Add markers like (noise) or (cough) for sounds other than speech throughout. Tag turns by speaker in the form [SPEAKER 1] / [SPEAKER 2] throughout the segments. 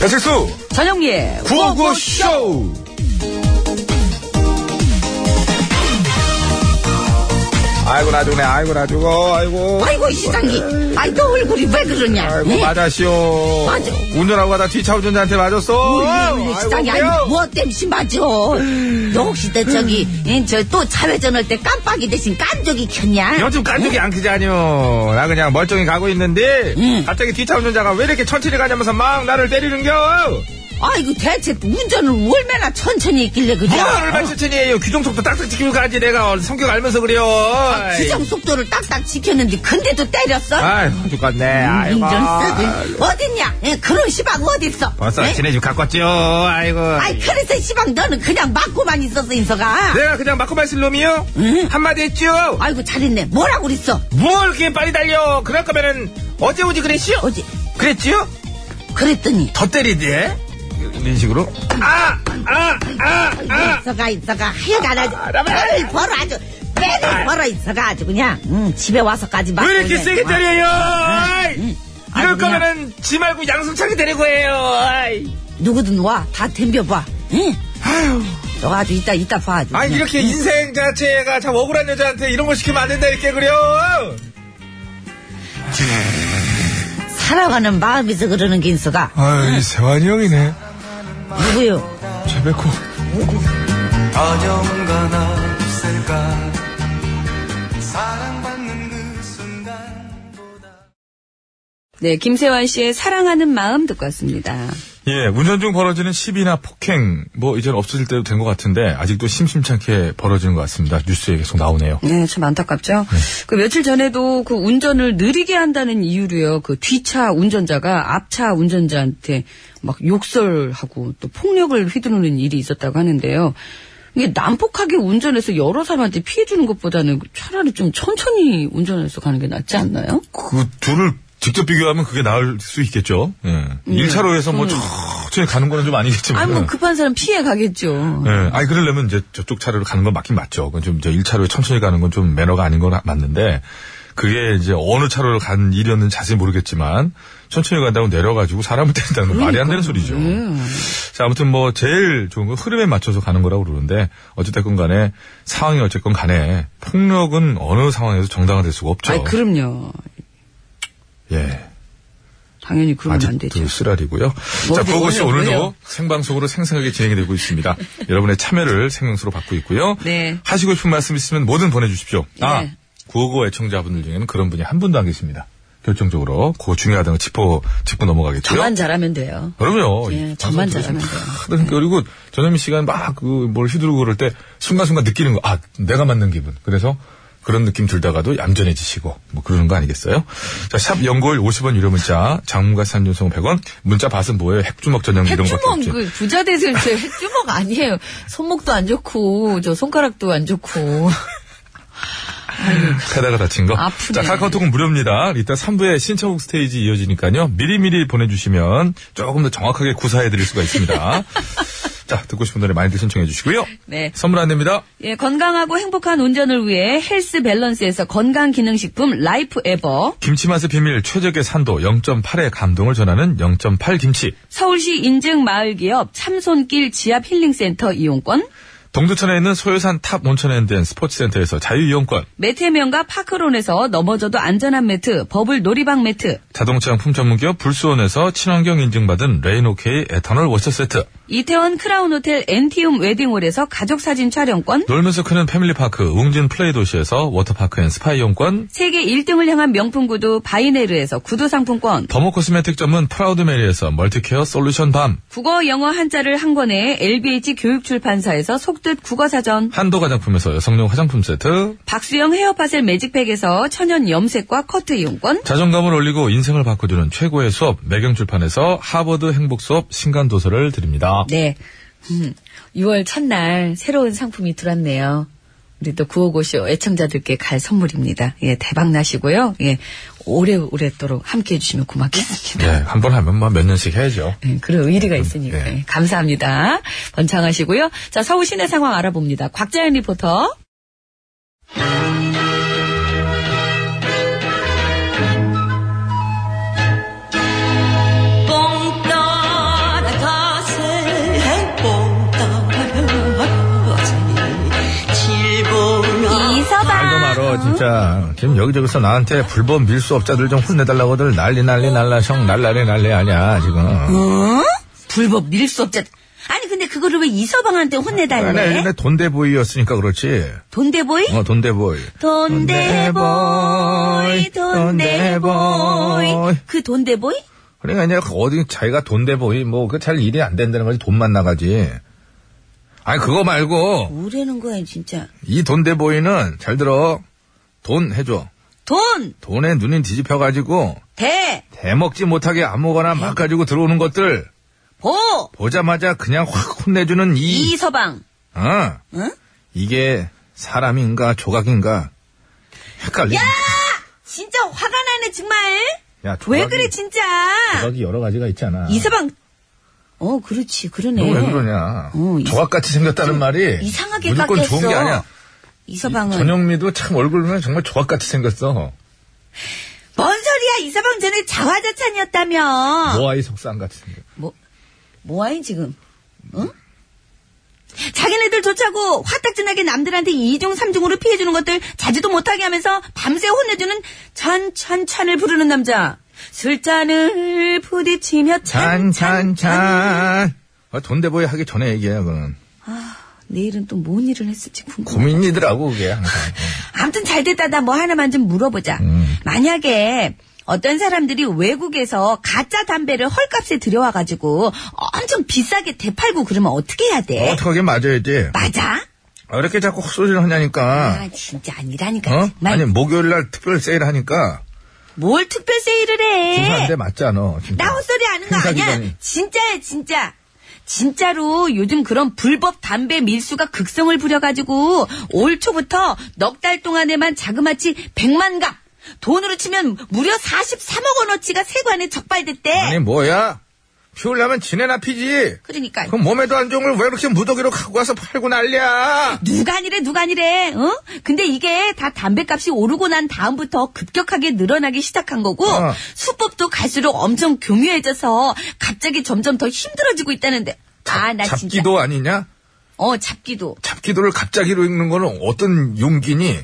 [SPEAKER 1] 배칠수
[SPEAKER 2] 전영미의
[SPEAKER 1] 구호구쇼
[SPEAKER 3] 아이고 나 죽네 아이고 나 죽어 아이고
[SPEAKER 4] 아이고 이 시장님 아이 너 얼굴이 왜 그러냐
[SPEAKER 2] 예?
[SPEAKER 3] 아이고
[SPEAKER 4] 네?
[SPEAKER 3] 맞았시오
[SPEAKER 4] 맞아. 뭐,
[SPEAKER 3] 운전하고 가다 뒤차 운전자한테 맞았어
[SPEAKER 4] 우리 시장이 아니 뭐 땜시 맞아 너 혹시 내 저기
[SPEAKER 3] 음.
[SPEAKER 2] 예,
[SPEAKER 4] 저또 자회전 할 때 깜빡이 대신 깐족이 켰냐
[SPEAKER 3] 요즘 깐족이 안 크지 아니요 나 그냥 멀쩡히 가고 있는데
[SPEAKER 4] 응.
[SPEAKER 3] 갑자기 뒤차 운전자가 왜 이렇게 천천히 가냐면서 막 나를 때리는겨
[SPEAKER 4] 아이고 대체 운전을 얼마나 천천히 했길래 그래
[SPEAKER 3] 뭐를 말천천히 해요 규정속도 딱딱 지키고 가지 내가 성격 알면서 그래요
[SPEAKER 4] 지정 속도를 딱딱 지켰는데 근데도 때렸어
[SPEAKER 3] 아이고 죽겠네
[SPEAKER 4] 음,
[SPEAKER 3] 아이고
[SPEAKER 4] 운전 쓰고 어딨냐 예, 그런 시방 어딨어
[SPEAKER 3] 벌써
[SPEAKER 4] 예?
[SPEAKER 3] 지네 집 갖고 왔지요 아이고
[SPEAKER 4] 아이 그래서 시방 너는 그냥 맞고만 있었어 인서가
[SPEAKER 3] 내가 그냥 맞고 말쓸 놈이요
[SPEAKER 4] 응.
[SPEAKER 3] 한마디 했지요
[SPEAKER 4] 아이고 잘했네 뭐라고 그랬어
[SPEAKER 3] 뭘 그렇게 빨리 달려 그럴 거면은 어제 오지 그랬시요
[SPEAKER 4] 어제
[SPEAKER 3] 그랬지요
[SPEAKER 4] 그랬더니
[SPEAKER 3] 더 때리대 이런 식으로 아,
[SPEAKER 4] 있어가 있어가 하여간 아주 매를 벌어 아주 매를 벌어 있어가 아주 그냥 응, 집에 와서까지 막
[SPEAKER 3] 왜 이렇게
[SPEAKER 4] 놀래.
[SPEAKER 3] 세게 때려요 아이,
[SPEAKER 4] 응.
[SPEAKER 3] 이럴
[SPEAKER 4] 아주 그냥
[SPEAKER 3] 거면은 지 말고 양승창이 데리고 해요 아이.
[SPEAKER 4] 누구든 와 다 덤벼봐 응? 너가 아주 이따 이따 봐 아주
[SPEAKER 3] 아니
[SPEAKER 4] 그냥.
[SPEAKER 3] 이렇게 인생 자체가 참 억울한 여자한테 이런 걸 시키면 안 된다 이렇게 그래요 네.
[SPEAKER 4] 살아가는 마음에서 그러는 게 있어가
[SPEAKER 3] 아이 세환이 형이네
[SPEAKER 4] 누구요
[SPEAKER 3] 제베코
[SPEAKER 5] 어려운 건 없을까 사랑받는 그 순간보다
[SPEAKER 2] 네, 김세환 씨의 사랑하는 마음 듣고 왔습니다.
[SPEAKER 1] 예, 운전 중 벌어지는 시비나 폭행, 뭐, 이젠 없어질 때도 된 것 같은데, 아직도 심심찮게 벌어지는 것 같습니다. 뉴스에 계속 나오네요.
[SPEAKER 2] 네, 참 안타깝죠. 그 며칠 전에도 그 운전을 느리게 한다는 이유로요. 그 뒤차 운전자가 앞차 운전자한테 막 욕설하고 또 폭력을 휘두르는 일이 있었다고 하는데요. 이게 난폭하게 운전해서 여러 사람한테 피해 주는 것보다는 차라리 좀 천천히 운전해서 가는 게 낫지 않나요?
[SPEAKER 1] 그 둘을 직접 비교하면 그게 나을 수 있겠죠. 예. 1차로에서 뭐, 천천히 가는 거는 좀 아니겠지만.
[SPEAKER 2] 음. 아니 뭐 급한 사람 피해 가겠죠.
[SPEAKER 1] 예, 아니, 그러려면 이제 저쪽 차로로 가는 건 맞긴 맞죠. 그건 좀, 저 1차로에 천천히 가는 건 좀 매너가 아닌 건 맞는데, 그게 이제 어느 차로로 간 일이었는지 자세히 모르겠지만, 천천히 간다고 내려가지고 사람을 때린다는 건 말이 안 되는 소리죠.
[SPEAKER 2] 네.
[SPEAKER 1] 자, 아무튼 뭐, 제일 좋은 건 흐름에 맞춰서 가는 거라고 그러는데, 어쨌든 간에, 상황이 어쨌건 간에, 폭력은 어느 상황에서 정당화될 수가 없죠.
[SPEAKER 2] 아니 그럼요.
[SPEAKER 1] 예.
[SPEAKER 2] 당연히 그러면 안 되죠.
[SPEAKER 1] 아직도 쓰라리고요. 자,
[SPEAKER 2] 뭐예요?
[SPEAKER 1] 그것이
[SPEAKER 2] 뭐예요?
[SPEAKER 1] 오늘도
[SPEAKER 2] 뭐예요?
[SPEAKER 1] 생방송으로 생생하게 진행이 되고
[SPEAKER 2] (laughs)
[SPEAKER 1] 있습니다. 여러분의 참여를 생명수로 받고 있고요.
[SPEAKER 2] 네.
[SPEAKER 1] 하시고 싶은 말씀 있으면 뭐든 보내주십시오. 아,
[SPEAKER 2] 네.
[SPEAKER 1] 구호고 애청자분들 중에는 그런 분이 한 분도 안 계십니다. 결정적으로 그거 중요하다는 거 짚어, 짚고 넘어가겠죠.
[SPEAKER 2] 저만 잘하면 돼요.
[SPEAKER 1] 그럼요.
[SPEAKER 2] 예,
[SPEAKER 1] 이
[SPEAKER 2] 저만
[SPEAKER 1] 방송 들으시면
[SPEAKER 2] 잘하면 돼요.
[SPEAKER 1] 다들 그리고 전현미 씨가 막 그 뭘 휘두르고 그럴 때 순간순간 느끼는 거, 아, 내가 맞는 기분. 그래서 그런 느낌 들다가도 얌전해지시고 뭐 그러는 거 아니겠어요? 자, 샵 연골 50원 유료 문자, 장문과 산전송 100원, 문자 밭은 뭐예요? 핵주먹 전용 이런 거밖에
[SPEAKER 6] 핵주먹
[SPEAKER 1] 없지.
[SPEAKER 6] 그 부자 되실
[SPEAKER 2] (laughs)
[SPEAKER 6] 때 핵주먹 아니에요. 손목도 안 좋고 저 손가락도 안
[SPEAKER 4] (laughs)
[SPEAKER 6] 좋고
[SPEAKER 1] 패다가 다친 거.
[SPEAKER 6] 아프네.
[SPEAKER 1] 자, 카카오톡은 무료입니다. 이따 3부에 신청곡 스테이지 이어지니까요. 미리미리 보내주시면 조금 더 정확하게 구사해드릴 수가 있습니다. 자, 듣고 싶은 노래 많이들 신청해 주시고요.
[SPEAKER 2] 네.
[SPEAKER 1] 선물 안 됩니다.
[SPEAKER 2] 예, 건강하고 행복한 운전을 위해 헬스 밸런스에서 건강 기능식품 라이프 에버,
[SPEAKER 1] 김치 맛의 비밀 최적의 산도 0.8의 감동을 전하는 0.8 김치
[SPEAKER 2] 서울시 인증 마을 기업 참손길 지압 힐링 센터 이용권,
[SPEAKER 1] 동두천에 있는 소요산 탑 온천앤덴 스포츠센터에서 자유이용권,
[SPEAKER 7] 매트해면과 파크론에서 넘어져도 안전한 매트, 버블 놀이방 매트,
[SPEAKER 1] 자동차용품 전문기업 불수원에서 친환경 인증받은 레인오케이 에터널 워셔 세트,
[SPEAKER 7] 이태원 크라운 호텔 엔티움 웨딩홀에서 가족 사진 촬영권,
[SPEAKER 1] 놀면서 크는 패밀리파크 웅진 플레이 도시에서 워터파크 앤 스파 이용권,
[SPEAKER 7] 세계 1등을 향한 명품 구두 바이네르에서 구두 상품권,
[SPEAKER 1] 더모코스메틱 점은 프라우드메리에서 멀티케어 솔루션 밤,
[SPEAKER 7] 국어 영어 한자를 한 권에 LBH 교육출판사에서 속뜻 국어사전,
[SPEAKER 1] 한도 화장품에서 여성용 화장품 세트,
[SPEAKER 7] 박수영 헤어파셀 매직팩에서 천연 염색과 커트 이용권,
[SPEAKER 1] 자존감을 올리고 인생을 바꿔주는 최고의 수업 매경출판에서 하버드 행복 수업 신간 도서를 드립니다.
[SPEAKER 8] 네.
[SPEAKER 7] 음,
[SPEAKER 8] 6월 첫날 새로운 상품이 들어왔네요. 우리 또 구호고쇼 애청자들께 갈 선물입니다. 예, 대박 나시고요. 예, 오래오래도록 함께 해주시면 고맙겠습니다.
[SPEAKER 1] 예, 한 번 하면 뭐몇 년씩 해야죠.
[SPEAKER 8] 예, 그런 의리가 있으니까.
[SPEAKER 1] 네.
[SPEAKER 8] 예, 감사합니다. 번창하시고요. 자, 서울 시내 상황 알아봅니다. 곽자연 리포터.
[SPEAKER 1] 말도 말어 진짜 지금 여기저기서 나한테 불법 밀수업자들 좀 혼내달라고들 난리 난리 날라 형 날라리 난리 아니야 지금.
[SPEAKER 8] 어?
[SPEAKER 2] 불법 밀수업자. 아니 근데 그거를 왜 이서방한테 혼내달래?
[SPEAKER 1] 내 네, 돈대보이였으니까 그렇지.
[SPEAKER 2] 돈대보이?
[SPEAKER 1] 어 돈대보이.
[SPEAKER 2] 돈대보이,
[SPEAKER 1] 돈대보이.
[SPEAKER 2] 돈대보이. 그 돈대보이?
[SPEAKER 1] 그러니까 이제 어디 자기가 돈대보이 뭐 그 잘 일이 안 된다는 거지 돈만 나가지. 아니 그거 말고
[SPEAKER 2] 뭐라는 거야 진짜.
[SPEAKER 1] 이 돈대보이는 잘 들어 돈 해줘.
[SPEAKER 2] 돈,
[SPEAKER 1] 돈에 눈이 뒤집혀가지고
[SPEAKER 2] 대,
[SPEAKER 1] 대먹지 못하게 아무거나 막 가지고 들어오는 것들
[SPEAKER 2] 보,
[SPEAKER 1] 보자마자 그냥 확 혼내주는 이,
[SPEAKER 2] 이서방.
[SPEAKER 1] 어?
[SPEAKER 2] 응?
[SPEAKER 1] 이게 사람인가 조각인가 헷갈려. 야,
[SPEAKER 2] 진짜 화가 나네 정말.
[SPEAKER 1] 야
[SPEAKER 2] 왜 그래 진짜.
[SPEAKER 1] 조각이 여러 가지가 있잖아.
[SPEAKER 2] 이서방. 어 그렇지
[SPEAKER 1] 너 왜
[SPEAKER 2] 그러네.
[SPEAKER 1] 그러냐?
[SPEAKER 2] 어, 이-
[SPEAKER 1] 조각같이 생겼다는 말이
[SPEAKER 2] 이상하게
[SPEAKER 1] 무조건
[SPEAKER 2] 깎였어. 어.
[SPEAKER 1] 좋은 게 아니야.
[SPEAKER 2] 이서방은.
[SPEAKER 1] 전영미도 참 얼굴 보면 정말 조각같이 생겼어.
[SPEAKER 2] 뭔 소리야 이서방 전에 자화자찬이었다며.
[SPEAKER 1] 모아이 석상같이 생겼.
[SPEAKER 2] 뭐하니 지금? 응? 자기네들 조차고 화딱지나게 남들한테 2중 3중으로 피해주는 것들 자지도 못하게 하면서 밤새 혼내주는 찬찬찬을 부르는 남자 술잔을 부딪히며
[SPEAKER 1] 찬찬찬. 아, 돈대보이 하기 전에 얘기해 그건.
[SPEAKER 2] 아, 내일은 또 뭔 일을 했을지 궁금
[SPEAKER 1] 고민이더라고 그게 항상.
[SPEAKER 2] 아무튼 잘 됐다 나 뭐 하나만 좀 물어보자
[SPEAKER 1] 음.
[SPEAKER 2] 만약에 어떤 사람들이 외국에서 가짜 담배를 헐값에 들여와가지고 엄청 비싸게 대팔고 그러면 어떻게 해야 돼?
[SPEAKER 1] 어떡하게 맞아야지.
[SPEAKER 2] 맞아?
[SPEAKER 1] 아, 이렇게 자꾸 헛소리를 하냐니까.
[SPEAKER 2] 아 진짜 아니라니까
[SPEAKER 1] 어?
[SPEAKER 2] 정말.
[SPEAKER 1] 아니, 목요일 날 특별 세일 하니까.
[SPEAKER 2] 뭘 특별 세일을 해?
[SPEAKER 1] 중산대 맞잖아. 진짜.
[SPEAKER 2] 네. 나 헛소리 하는 거
[SPEAKER 1] 행사
[SPEAKER 2] 아니야?
[SPEAKER 1] 기간이.
[SPEAKER 2] 진짜야, 진짜. 진짜로 요즘 그런 불법 담배 밀수가 극성을 부려가지고 올 초부터 넉 달 동안에만 자그마치 100만 갑. 돈으로 치면 무려 43억 원어치가 세관에 적발됐대.
[SPEAKER 1] 아니, 뭐야? 피우려면 지내나 피지.
[SPEAKER 2] 그러니까
[SPEAKER 1] 그럼 몸에도 안 좋은 걸 왜 이렇게 무더기로 갖고 와서 팔고 난리야?
[SPEAKER 2] 누가 아니래 누가 아니래 어? 근데 이게 다 담배값이 오르고 난 다음부터 급격하게 늘어나기 시작한 거고
[SPEAKER 1] 어.
[SPEAKER 2] 수법도 갈수록 엄청 교묘해져서 갑자기 점점 더 힘들어지고 있다는데 아 나 진짜
[SPEAKER 1] 잡기도 아니냐?
[SPEAKER 2] 어 잡기도
[SPEAKER 1] 잡기도를 갑자기로 읽는 거는 어떤 용기니?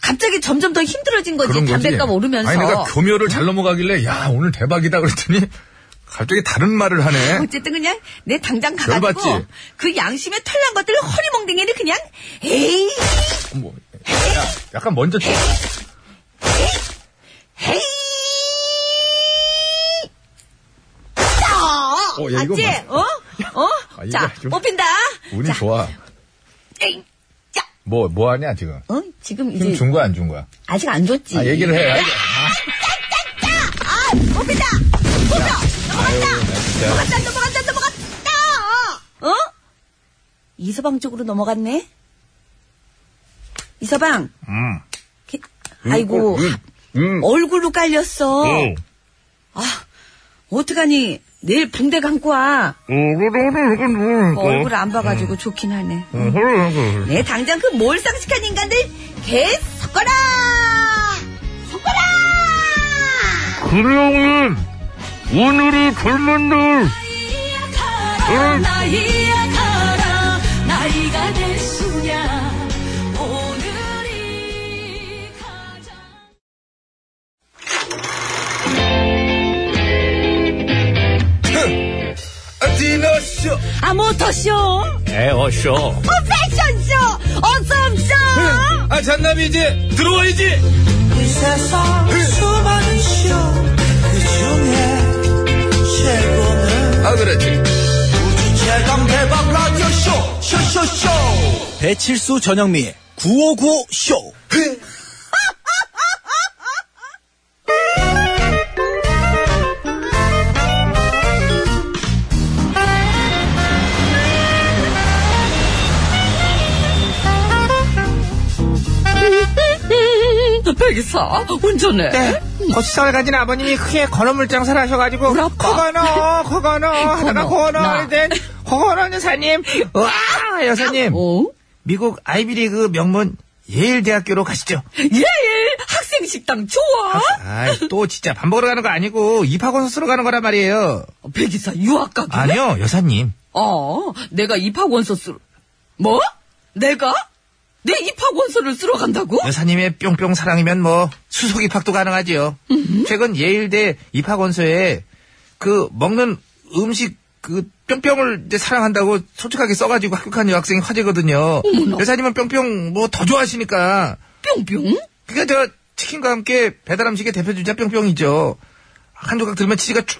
[SPEAKER 2] 갑자기 점점 더 힘들어진 거지
[SPEAKER 1] 그런 거지.
[SPEAKER 2] 담배값 오르면서
[SPEAKER 1] 아니, 내가 교묘를 잘 넘어가길래, 야, 오늘 대박이다 그랬더니, 갑자기 다른 말을 하네.
[SPEAKER 2] 어쨌든 그냥 내 당장
[SPEAKER 1] 열
[SPEAKER 2] 가가지고
[SPEAKER 1] 받지?
[SPEAKER 2] 그 양심에 털난 것들 허리멍댕이를 그냥 에이
[SPEAKER 1] 뭐, 야, 약간 먼저.
[SPEAKER 2] 헤이 어,
[SPEAKER 1] 어, 야, 이거
[SPEAKER 2] 맞지?
[SPEAKER 1] 맞-
[SPEAKER 2] 어? 어?
[SPEAKER 1] 아, 이거
[SPEAKER 2] 자,
[SPEAKER 1] 좀-
[SPEAKER 2] 뽑힌다.
[SPEAKER 1] 운이
[SPEAKER 2] 자,
[SPEAKER 1] 좋아.
[SPEAKER 2] 에이, 자,
[SPEAKER 1] 뭐, 뭐 하냐, 지금?
[SPEAKER 2] 어? 지금
[SPEAKER 1] 힘
[SPEAKER 2] 이제 예?
[SPEAKER 1] 준 거야, 안 준 거야?
[SPEAKER 2] 아직 안 줬지.
[SPEAKER 1] 아, 얘기를 해.
[SPEAKER 2] 아, 뽑힌다. 뽑혀. 넘어간다.
[SPEAKER 1] 진짜.
[SPEAKER 2] 넘어간다. 넘어간다. 넘어간다. 어? 이서방 쪽으로 넘어갔네. 이서방.
[SPEAKER 1] 음.
[SPEAKER 2] 게- 아이고.
[SPEAKER 1] 음.
[SPEAKER 2] 얼굴로 깔렸어. 어떡하니. 내일 붕대 감고 와. 어, 얼굴 안 봐가지고 좋긴 하네. 내 당장 그 몰상식한 인간들 개 섞어라! 섞어라! 그령은 오늘이 젊은 날. 나이야 가라, 나이야
[SPEAKER 1] 음.
[SPEAKER 2] 어.
[SPEAKER 1] 모터쇼
[SPEAKER 4] 아
[SPEAKER 2] 뭐
[SPEAKER 4] 모터쇼 어
[SPEAKER 1] 에어쇼
[SPEAKER 4] 패션쇼 어썸쇼
[SPEAKER 1] 아 잔남이 이제 들어와야지
[SPEAKER 9] 이 세상 수많은 쇼그 중에 최고는
[SPEAKER 1] 아 그렇지
[SPEAKER 9] 우주 최강 대박 라디오 쇼 쇼쇼쇼 배칠수 전영미의 9595 쇼.
[SPEAKER 10] 음, 백이사 운전해.
[SPEAKER 1] 네. 고시성을 가진 아버님이 크게 건어물 장사를 하셔가지고
[SPEAKER 10] 우리 아빠.
[SPEAKER 1] 코건어 코건어 하다가
[SPEAKER 10] 건어, 나.
[SPEAKER 1] 코건어 된 코건어 여사님 와 여사님
[SPEAKER 10] 어?
[SPEAKER 1] 미국 아이비리그 명문 예일 대학교로 가시죠.
[SPEAKER 10] 예일 학생 식당 좋아.
[SPEAKER 1] 아또 진짜 밥 먹으러 가는 거 아니고 입학원서 쓰러 가는 거란 말이에요.
[SPEAKER 10] 백이사 유학 가기.
[SPEAKER 1] 아니요 여사님.
[SPEAKER 10] 어, 내가 입학 원서 쓰. 뭐? 내가? 내 입학 원서를 쓰러 간다고?
[SPEAKER 1] 네. 여사님의 뿅뿅 사랑이면 뭐 수속 입학도 가능하지요. 최근 예일대 입학 원서에 그 먹는 음식 그 뿅뿅을 이제 사랑한다고 솔직하게 써가지고 합격한 여학생이 화제거든요. 여사님은 뿅뿅 뭐 더 좋아하시니까
[SPEAKER 10] 뿅뿅.
[SPEAKER 1] 그게 저 치킨과 함께 배달 음식의 대표 주자 뿅뿅이죠. 한 조각 들면 치즈가 쭉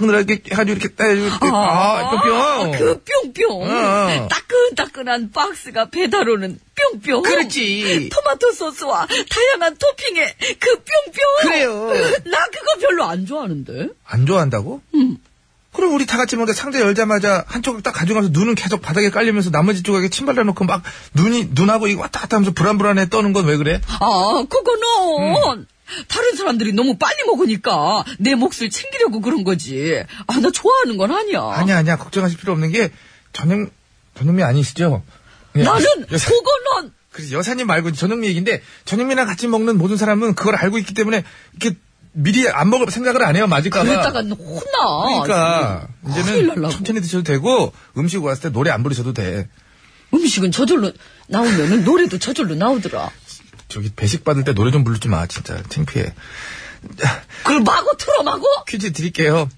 [SPEAKER 1] 늘어게 해가지고 이렇게 따가지고 이렇게 아, 뿅뿅.
[SPEAKER 10] 어. 그 뿅뿅.
[SPEAKER 1] 어.
[SPEAKER 10] 따끈따끈한 박스가 배달 오는 뿅뿅.
[SPEAKER 1] 그렇지.
[SPEAKER 10] 토마토 소스와 다양한 토핑에 그 뿅뿅.
[SPEAKER 1] 그래요.
[SPEAKER 10] 나 그거 별로 안 좋아하는데.
[SPEAKER 1] 안 좋아한다고?
[SPEAKER 10] 음.
[SPEAKER 1] 그럼 우리 다 같이 뭔가 상자 열자마자 한 조각 딱 가져가면서 눈은 계속 바닥에 깔리면서 나머지 조각에 침발 내놓고 막 눈이 눈하고 이거 왔다 갔다 하면서 불안불안해 떠는 건 왜 그래?
[SPEAKER 10] 아, 그거는 다른 사람들이 너무 빨리 먹으니까 내 몫을 챙기려고 그런 거지. 아, 나 좋아하는 건 아니야.
[SPEAKER 1] 아니야 아니야 걱정하실 필요 없는 게 전영 전영미 아니시죠? 예.
[SPEAKER 10] 나는
[SPEAKER 1] 여사,
[SPEAKER 10] 그거는
[SPEAKER 1] 그래서 여사님 말고 전영미 얘기인데 전영미랑 같이 먹는 모든 사람은 그걸 알고 있기 때문에 이렇게 미리 안 먹을 생각을 안 해요 맞을까봐.
[SPEAKER 10] 그랬다가 혼나.
[SPEAKER 1] 그러니까
[SPEAKER 10] 큰일
[SPEAKER 1] 이제는
[SPEAKER 10] 날라고.
[SPEAKER 1] 천천히 드셔도 되고 음식 왔을 때 노래 안 부르셔도 돼.
[SPEAKER 10] 음식은 저절로 나오면은 노래도 저절로 나오더라.
[SPEAKER 1] 저기 배식 받을 때 노래 좀 부르지 마 진짜 창피해
[SPEAKER 10] 그걸 마구 틀어 마구.
[SPEAKER 1] 퀴즈 드릴게요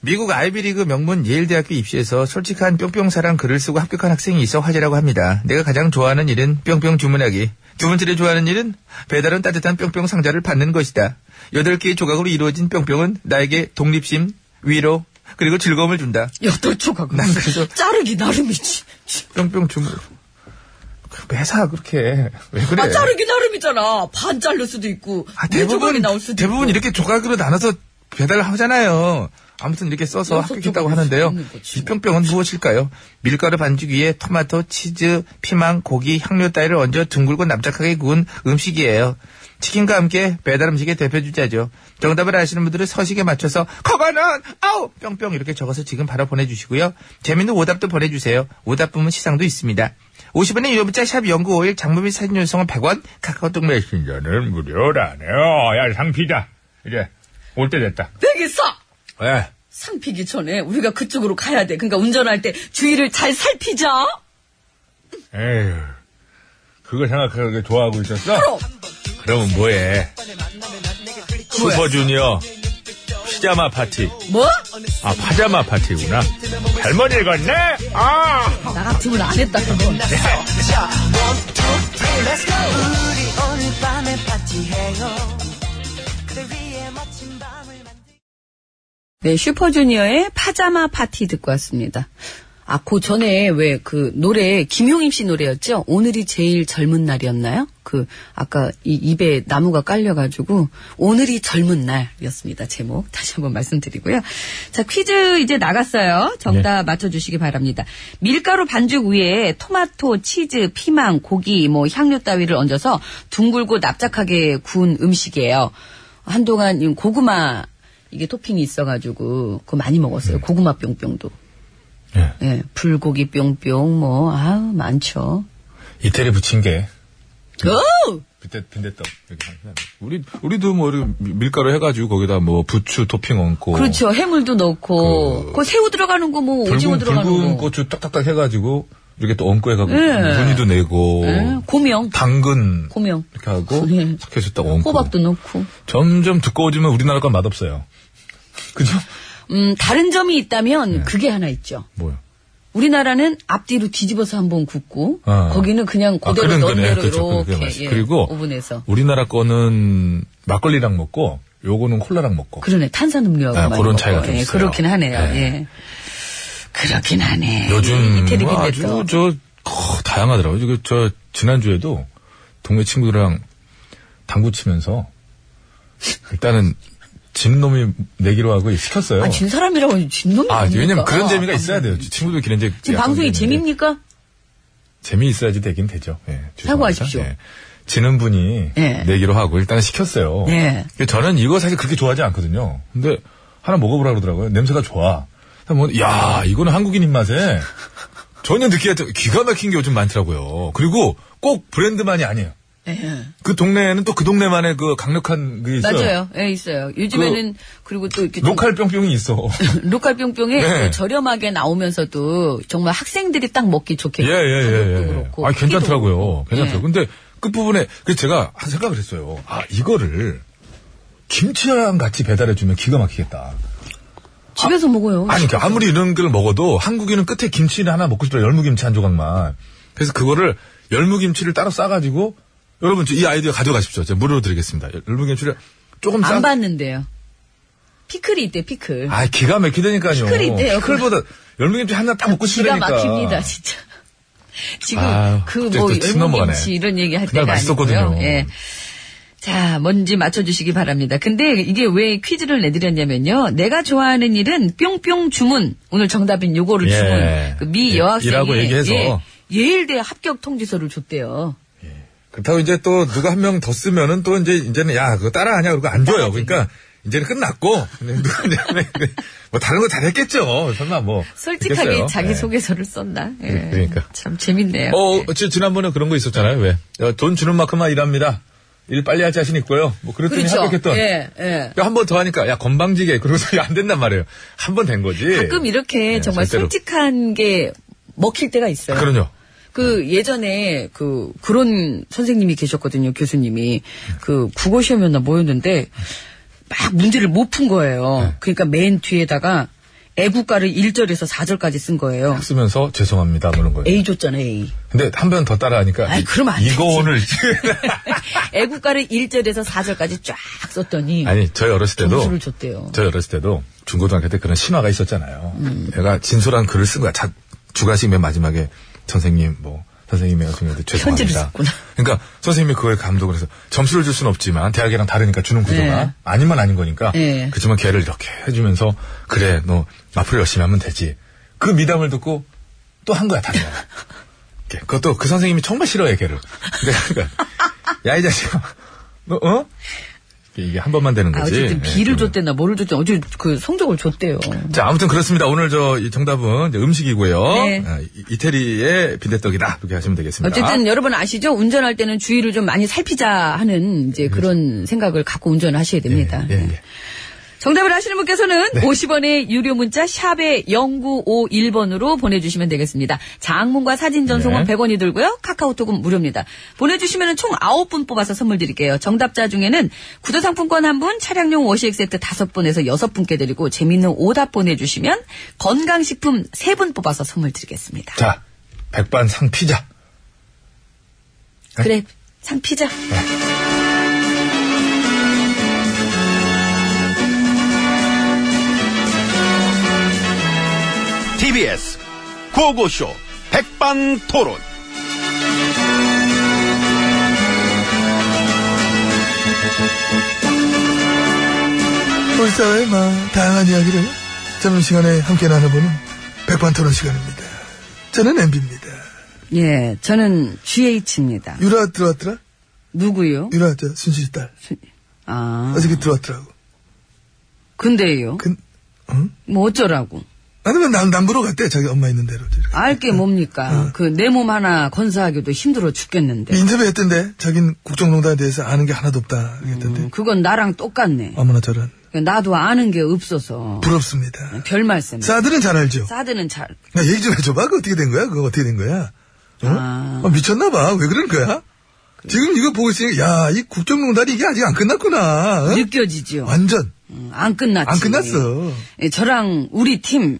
[SPEAKER 1] 미국 아이비리그 명문 예일대학교 입시에서 솔직한 뿅뿅사랑 글을 쓰고 합격한 학생이 있어 화제라고 합니다 내가 가장 좋아하는 일은 뿅뿅 주문하기 두 번째로 좋아하는 일은 배달은 따뜻한 뿅뿅 상자를 받는 것이다 여덟 개의 조각으로 이루어진 뿅뿅은 나에게 독립심 위로 그리고 즐거움을 준다
[SPEAKER 10] 여덟 조각은
[SPEAKER 1] 난 그래서-
[SPEAKER 10] 자르기 나름이지.
[SPEAKER 1] 뿅뿅 주문 그 매사 그렇게 해. 왜 그래
[SPEAKER 10] 아 자르기 나름이잖아. 반 자를 수도 있고
[SPEAKER 1] 아,
[SPEAKER 10] 네 조각이 나올 수도
[SPEAKER 1] 대부분
[SPEAKER 10] 있고.
[SPEAKER 1] 이렇게 조각으로 나눠서 배달을 하잖아요. 아무튼 이렇게 써서
[SPEAKER 10] 여섯
[SPEAKER 1] 합격했다고
[SPEAKER 10] 조각일 수도
[SPEAKER 1] 하는데요.
[SPEAKER 10] 있는 거지.
[SPEAKER 1] 이 뿅뿅은 무엇일까요? 밀가루 반죽 위에 토마토, 치즈, 피망, 고기, 향료 따위를 얹어 둥글고 납작하게 구운 음식이에요. 치킨과 함께 배달 음식의 대표 주자죠. 정답을 아시는 분들은 서식에 맞춰서 커가는 아우 뿅뿅 이렇게 적어서 지금 바로 보내주시고요. 재밌는 오답도 보내주세요. 오답 부문 시상도 있습니다. 50원의 유료 문자 샵 0951, 장문및 사진 연속은 100원, 카카오톡 메신저는 무료라네요. 야, 상피자. 이제, 올 때 됐다.
[SPEAKER 10] 백이사
[SPEAKER 1] 예.
[SPEAKER 10] 상피기 전에 우리가 그쪽으로 가야 돼. 그러니까 운전할 때 주의를 잘 살피자.
[SPEAKER 11] 에휴. 그거 생각하고 좋아하고 있었어? 그러면 뭐해? 슈퍼주니어 피자마 파티.
[SPEAKER 10] 뭐?
[SPEAKER 11] 아, 파자마 파티구나. 잘못 읽었네? 아!
[SPEAKER 10] 나 같으면 안 했다 그건.
[SPEAKER 9] 오늘 밤에 파티해요. 그대 위에 멋진 밤을 만
[SPEAKER 2] 네, 슈퍼주니어의 파자마 파티 듣고 왔습니다. 아, 그 전에 왜 그 노래, 김용임 씨 노래였죠? 오늘이 제일 젊은 날이었나요? 그, 아까 이 입에 나무가 깔려가지고, 오늘이 젊은 날이었습니다. 제목. 다시 한번 말씀드리고요. 자, 퀴즈 이제 나갔어요. 정답 맞춰주시기 바랍니다. 밀가루 반죽 위에 토마토, 치즈, 피망, 고기, 뭐, 향료 따위를 얹어서 둥글고 납작하게 구운 음식이에요. 한동안 이 고구마 이게 토핑이 있어가지고 그거 많이
[SPEAKER 11] 네.
[SPEAKER 2] 먹었어요. 고구마 뿅뿅도.
[SPEAKER 11] 예.
[SPEAKER 2] 예, 불고기 뿅뿅 뭐 아우 많죠.
[SPEAKER 11] 이태리 붙인 게. 네.
[SPEAKER 2] 오!
[SPEAKER 11] 빈대, 빈대떡. 이렇게 하면. 우리, 우리도 뭐, 이렇게 미- 밀가루 해가지고 거기다 뭐, 부추 토핑 얹고.
[SPEAKER 2] 그렇죠. 해물도 넣고
[SPEAKER 11] 어. 그-
[SPEAKER 2] 그, 새우 들어가는 거 뭐 오징어
[SPEAKER 11] 붉은,
[SPEAKER 2] 들어가는
[SPEAKER 11] 붉은
[SPEAKER 2] 거.
[SPEAKER 11] 고추 딱딱딱 해가지고, 이렇게 또 얹고 해가지고,
[SPEAKER 2] 예.
[SPEAKER 11] 무늬도 내고,
[SPEAKER 2] 예, 고명,
[SPEAKER 11] 당근,
[SPEAKER 2] 고명,
[SPEAKER 11] 이렇게 하고,
[SPEAKER 2] 예.
[SPEAKER 11] 삭혀서 딱 얹고.
[SPEAKER 2] 호박도 넣고.
[SPEAKER 11] 점점 두꺼워지면 우리나라 건 맛없어요. (laughs) 그죠? 네.
[SPEAKER 2] 음 다른 점이 있다면 그게 하나 있죠.
[SPEAKER 11] 뭐요?
[SPEAKER 2] 우리나라는 앞뒤로 뒤집어서 한번 굽고
[SPEAKER 11] 아.
[SPEAKER 2] 거기는 그냥
[SPEAKER 11] 아,
[SPEAKER 2] 그대로
[SPEAKER 11] 그런
[SPEAKER 2] 넣은
[SPEAKER 11] 거네요.
[SPEAKER 2] 대로
[SPEAKER 11] 그렇죠. 그게
[SPEAKER 2] 이렇게
[SPEAKER 11] 맛있-
[SPEAKER 2] 예,
[SPEAKER 11] 그리고
[SPEAKER 2] 오븐에서
[SPEAKER 11] 우리나라 거는 막걸리랑 먹고 요거는 콜라랑 먹고.
[SPEAKER 2] 그러네 탄산음료하고
[SPEAKER 11] 네,
[SPEAKER 2] 많이
[SPEAKER 11] 그런
[SPEAKER 2] 먹고.
[SPEAKER 11] 차이가 좀
[SPEAKER 2] 예,
[SPEAKER 11] 있어요.
[SPEAKER 2] 그렇긴 하네요.
[SPEAKER 11] 네.
[SPEAKER 2] 예. 그렇긴 하네.
[SPEAKER 11] 요즘 뭐
[SPEAKER 2] 이태리
[SPEAKER 11] 아주
[SPEAKER 2] 빈대떡.
[SPEAKER 11] 저 커, 다양하더라고요. 저, 저 지난주에도 동네 친구들이랑 당구 치면서 일단은 진 놈이 내기로 하고 시켰어요.
[SPEAKER 2] 아, 진 사람이라고 진놈이
[SPEAKER 11] 아,
[SPEAKER 2] 아닙니까?
[SPEAKER 11] 왜냐면 그런
[SPEAKER 2] 어,
[SPEAKER 11] 재미가 있어야 돼요. 친구들끼리 이제
[SPEAKER 2] 지금
[SPEAKER 11] 약간
[SPEAKER 2] 방송이
[SPEAKER 11] 재밌는데.
[SPEAKER 2] 재미입니까?
[SPEAKER 11] 재미 있어야지 되긴 되죠. 예, 죄송합니다.
[SPEAKER 2] 사과하십시오.
[SPEAKER 11] 예. 지는 분이
[SPEAKER 2] 예.
[SPEAKER 11] 내기로 하고 일단 시켰어요.
[SPEAKER 2] 예.
[SPEAKER 11] 근데 저는 이거 사실 그렇게 좋아하지 않거든요. 근데 하나 먹어보라 그러더라고요. 냄새가 좋아. 뭐, 야 이거는 한국인 입맛에 전혀 느끼하지 기가 막힌 게 요즘 많더라고요. 그리고 꼭 브랜드만이 아니에요.
[SPEAKER 2] 예.
[SPEAKER 11] 그 동네에는 또 그 동네만의 그 강력한 게 있어요.
[SPEAKER 2] 맞아요. 예, 있어요. 요즘에는 그리고또 이렇게 좀
[SPEAKER 11] 로컬병병이 있어.
[SPEAKER 2] (laughs) 로컬뿅뿅에
[SPEAKER 11] 네.
[SPEAKER 2] 그 저렴하게 나오면서도 정말 학생들이 딱 먹기 좋게
[SPEAKER 11] 예, 예, 예.
[SPEAKER 2] 가격도
[SPEAKER 11] 예.
[SPEAKER 2] 그렇고
[SPEAKER 11] 아,
[SPEAKER 2] 크기도
[SPEAKER 11] 괜찮더라고요.
[SPEAKER 2] 그렇고. 예.
[SPEAKER 11] 괜찮더라고요. 근데 끝부분에, 그래서 제가 한 생각을 했어요. 아, 이거를 김치랑 같이 배달해주면 기가 막히겠다.
[SPEAKER 2] 예. 집에서 먹어요.
[SPEAKER 11] 아니, 그러니까 아무리 이런 걸 먹어도 한국인은 끝에 김치를 하나 먹고 싶더라. 열무김치 한 조각만. 그래서 그거를 열무김치를 따로 싸가지고 여러분, 저이 아이디어 가져가십시오. 제가 무료로 드리겠습니다. 열무김치를 조금
[SPEAKER 2] 안
[SPEAKER 11] 싸.
[SPEAKER 2] 봤는데요. 피클이 있대 피클.
[SPEAKER 11] 아, 기가 막히다니까요.
[SPEAKER 2] 피클이 있대요.
[SPEAKER 11] 보다 열무김치 하나 딱 먹고
[SPEAKER 2] 기가
[SPEAKER 11] 싶으니까.
[SPEAKER 2] 막힙니다 진짜. (laughs) 지금
[SPEAKER 11] 아유,
[SPEAKER 2] 그
[SPEAKER 11] 갑자기
[SPEAKER 2] 뭐
[SPEAKER 11] 또 치고 넘어가네.
[SPEAKER 2] 열무김치 이런 얘기 할
[SPEAKER 11] 그날
[SPEAKER 2] 때가 아니고요.
[SPEAKER 11] 맛있었거든요.
[SPEAKER 2] 예. 자, 뭔지 맞춰주시기 바랍니다. 근데 이게 왜 퀴즈를 내드렸냐면요. 내가 좋아하는 일은 뿅뿅 주문. 오늘 정답인 요거를
[SPEAKER 11] 예.
[SPEAKER 2] 주문. 그미
[SPEAKER 11] 예,
[SPEAKER 2] 여학생이
[SPEAKER 11] 이라고 얘기해서.
[SPEAKER 2] 예, 예일대 합격 통지서를 줬대요.
[SPEAKER 11] 그렇다고 이제 또 누가 한 명 더 쓰면은 또 이제 이제는 야 그거 따라하냐 그러고 안 줘요. 그러니까 이제는 끝났고 근데 누가 이제 뭐 다른 거 다 했겠죠. 설마 뭐
[SPEAKER 2] 솔직하게
[SPEAKER 11] 했겠어요?
[SPEAKER 2] 자기
[SPEAKER 11] 예.
[SPEAKER 2] 소개서를 썼나? 예.
[SPEAKER 11] 그러니까.
[SPEAKER 2] 참 재밌네요.
[SPEAKER 11] 어, 어, 지- 지난번에 그런 거 있었잖아요. 왜? 야, 돈 주는 만큼만 일합니다. 일 빨리 할 자신 있고요. 뭐 그랬더니 합격했던.
[SPEAKER 2] 예, 예.
[SPEAKER 11] 한 번 더 하니까 야 건방지게 그러고서 안 된단 말이에요. 한 번 된 거지.
[SPEAKER 2] 가끔 이렇게
[SPEAKER 11] 예,
[SPEAKER 2] 정말
[SPEAKER 11] 절대로. 아, 그렇죠.
[SPEAKER 2] 솔직한 게 먹힐 때가 있어요.
[SPEAKER 11] 그럼요.
[SPEAKER 2] 그 예전에 그 그런 선생님이 계셨거든요 교수님이 그 국어 시험이었나 뭐였는데 막 문제를 못 푼 거예요.
[SPEAKER 11] 네.
[SPEAKER 2] 그러니까 맨 뒤에다가 애국가를 1절에서 4절까지 쓴 거예요.
[SPEAKER 11] 쓰면서 죄송합니다 그런 거예요.
[SPEAKER 2] A 줬잖아요 A. (laughs)
[SPEAKER 11] 근데 한 번 더 따라하니까
[SPEAKER 2] 아이, 그러면 안 되지.
[SPEAKER 11] 이거 오늘
[SPEAKER 2] 애국가를 1절에서 4절까지 쫙 썼더니
[SPEAKER 11] (laughs) 아니 저희 어렸을 때도
[SPEAKER 2] 점수를 줬대요.
[SPEAKER 11] 저희 어렸을 때도 중고등학교 때 그런 신화가 있었잖아요.
[SPEAKER 2] 음.
[SPEAKER 11] 내가 진솔한 글을 쓴 거야. 자, 주간식 맨 마지막에 선생님 뭐 선생님의 선생님한테
[SPEAKER 2] 편지를
[SPEAKER 11] 죄송합니다.
[SPEAKER 2] 썼구나.
[SPEAKER 11] 그러니까 선생님이 그거에 감독을 해서 점수를 줄 수는 없지만 대학이랑 다르니까 주는 구조가
[SPEAKER 2] 네.
[SPEAKER 11] 아니면 아닌 거니까
[SPEAKER 2] 네.
[SPEAKER 11] 그렇지만 걔를 이렇게 해주면서 그래 너 앞으로 열심히 하면 되지. 그 미담을 듣고 또 한 거야 다른 거. 이렇게. 그것도 그 선생님이 정말 싫어해 걔를. 그러니까 야이 자식아 너 어? 이게 한 번만 되는
[SPEAKER 2] 아,
[SPEAKER 11] 거지.
[SPEAKER 2] 어쨌든
[SPEAKER 11] 예,
[SPEAKER 2] B를
[SPEAKER 11] 그러면.
[SPEAKER 2] 줬대나 뭐를 줬대나 어쨌든 그 성적을 줬대요.
[SPEAKER 11] 자, 아무튼 그렇습니다. 오늘 저이 정답은 이제 음식이고요.
[SPEAKER 2] 네.
[SPEAKER 11] 아, 이- 이태리의 빈대떡이다. 이렇게 하시면 되겠습니다.
[SPEAKER 2] 어쨌든 여러분 아시죠? 운전할 때는 주의를 좀 많이 살피자 하는 이제 그런 생각을 갖고 운전하셔야 됩니다.
[SPEAKER 11] 네, 그렇죠. 예, 예, 예.
[SPEAKER 2] 정답을 아시는 분께서는 50원의 유료 문자 샵에 0951번으로 보내주시면 되겠습니다. 장문과 사진 전송은
[SPEAKER 11] 네.
[SPEAKER 2] 100원이 들고요. 카카오톡은 무료입니다. 보내주시면 총 9분 뽑아서 선물 드릴게요. 정답자 중에는 구조상품권 1분, 차량용 워시액 세트 5분에서 6분께 드리고 재밌는 오답 보내주시면 건강식품 3분 뽑아서 선물 드리겠습니다.
[SPEAKER 11] 자, 백반상 피자.
[SPEAKER 2] 그래, 상 피자.
[SPEAKER 12] TBS 고고쇼 백반토론
[SPEAKER 1] 우리 사회의 막 다양한 이야기를 점심시간에 함께 나눠보는 백반토론 시간입니다. 저는 MB입니다.
[SPEAKER 2] 예, 저는 GH입니다.
[SPEAKER 1] 유라 들어왔더라?
[SPEAKER 2] 누구요?
[SPEAKER 1] 유라 저 순실 딸.
[SPEAKER 2] 아,
[SPEAKER 1] 어저께 들어왔더라고.
[SPEAKER 2] 근데요?
[SPEAKER 1] 근, 응?
[SPEAKER 2] 뭐 어쩌라고?
[SPEAKER 1] 아니면 남, 남부로 갔대. 자기 엄마 있는 대로. 저렇게.
[SPEAKER 2] 알게
[SPEAKER 1] 네.
[SPEAKER 2] 뭡니까? 그 내 몸 하나 건사하기도 힘들어 죽겠는데.
[SPEAKER 1] 인터뷰 했던데. 자긴 국정농단에 대해서 아는 게 하나도 없다. 그랬던데.
[SPEAKER 2] 음, 그건 나랑 똑같네.
[SPEAKER 1] 어머나 저런.
[SPEAKER 2] 나도 아는 게 없어서.
[SPEAKER 1] 부럽습니다.
[SPEAKER 2] 별 말씀.
[SPEAKER 1] 사들은 잘 알죠?
[SPEAKER 2] 사드는 잘.
[SPEAKER 1] 야, 얘기 좀 해줘봐. 그거 어떻게 된 거야? 그거 어떻게 된 거야? 어?
[SPEAKER 2] 아.
[SPEAKER 1] 아, 미쳤나봐. 왜 그런 거야? 지금 이거 보고 있으니, 야, 이 국정농단이 이게 아직 안 끝났구나. 어?
[SPEAKER 2] 느껴지죠?
[SPEAKER 1] 완전.
[SPEAKER 2] 음, 안 끝났지.
[SPEAKER 1] 안 끝났어.
[SPEAKER 2] 예, 저랑 우리 팀,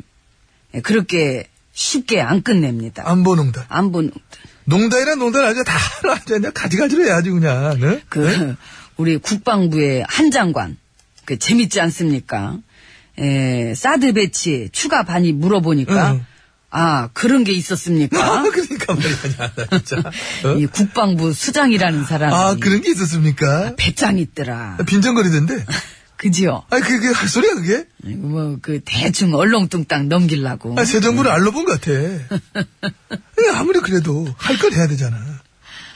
[SPEAKER 2] 예, 그렇게 쉽게 안 끝냅니다.
[SPEAKER 1] 아. 안보농단.
[SPEAKER 2] 안 보는
[SPEAKER 1] 농단이란 농단 아주 다 알아야냐 가지가지로 해야지 그냥. 네?
[SPEAKER 2] 그 (laughs) 우리 국방부의 한 장관 그 재밌지 않습니까? 에, 사드 배치 추가 반이 물어보니까
[SPEAKER 1] 응.
[SPEAKER 2] 아 그런 게 있었습니까?
[SPEAKER 1] 아, (laughs) 그러니까 말이야, 나 진짜. 어?
[SPEAKER 2] 이 국방부 수장이라는 사람이
[SPEAKER 1] 아, 그런 게 있었습니까?
[SPEAKER 2] 배짱 있더라.
[SPEAKER 1] 빈정거리던데.
[SPEAKER 2] 그지요?
[SPEAKER 1] 아니, 그게, 할 소리야, 그게?
[SPEAKER 2] 뭐 그 대충 얼렁뚱땅 넘기려고.
[SPEAKER 1] 아, 새 정부를 알러본
[SPEAKER 2] (laughs)
[SPEAKER 1] 것 같아. 예, 아니, 아무리 그래도 할 걸 해야 되잖아.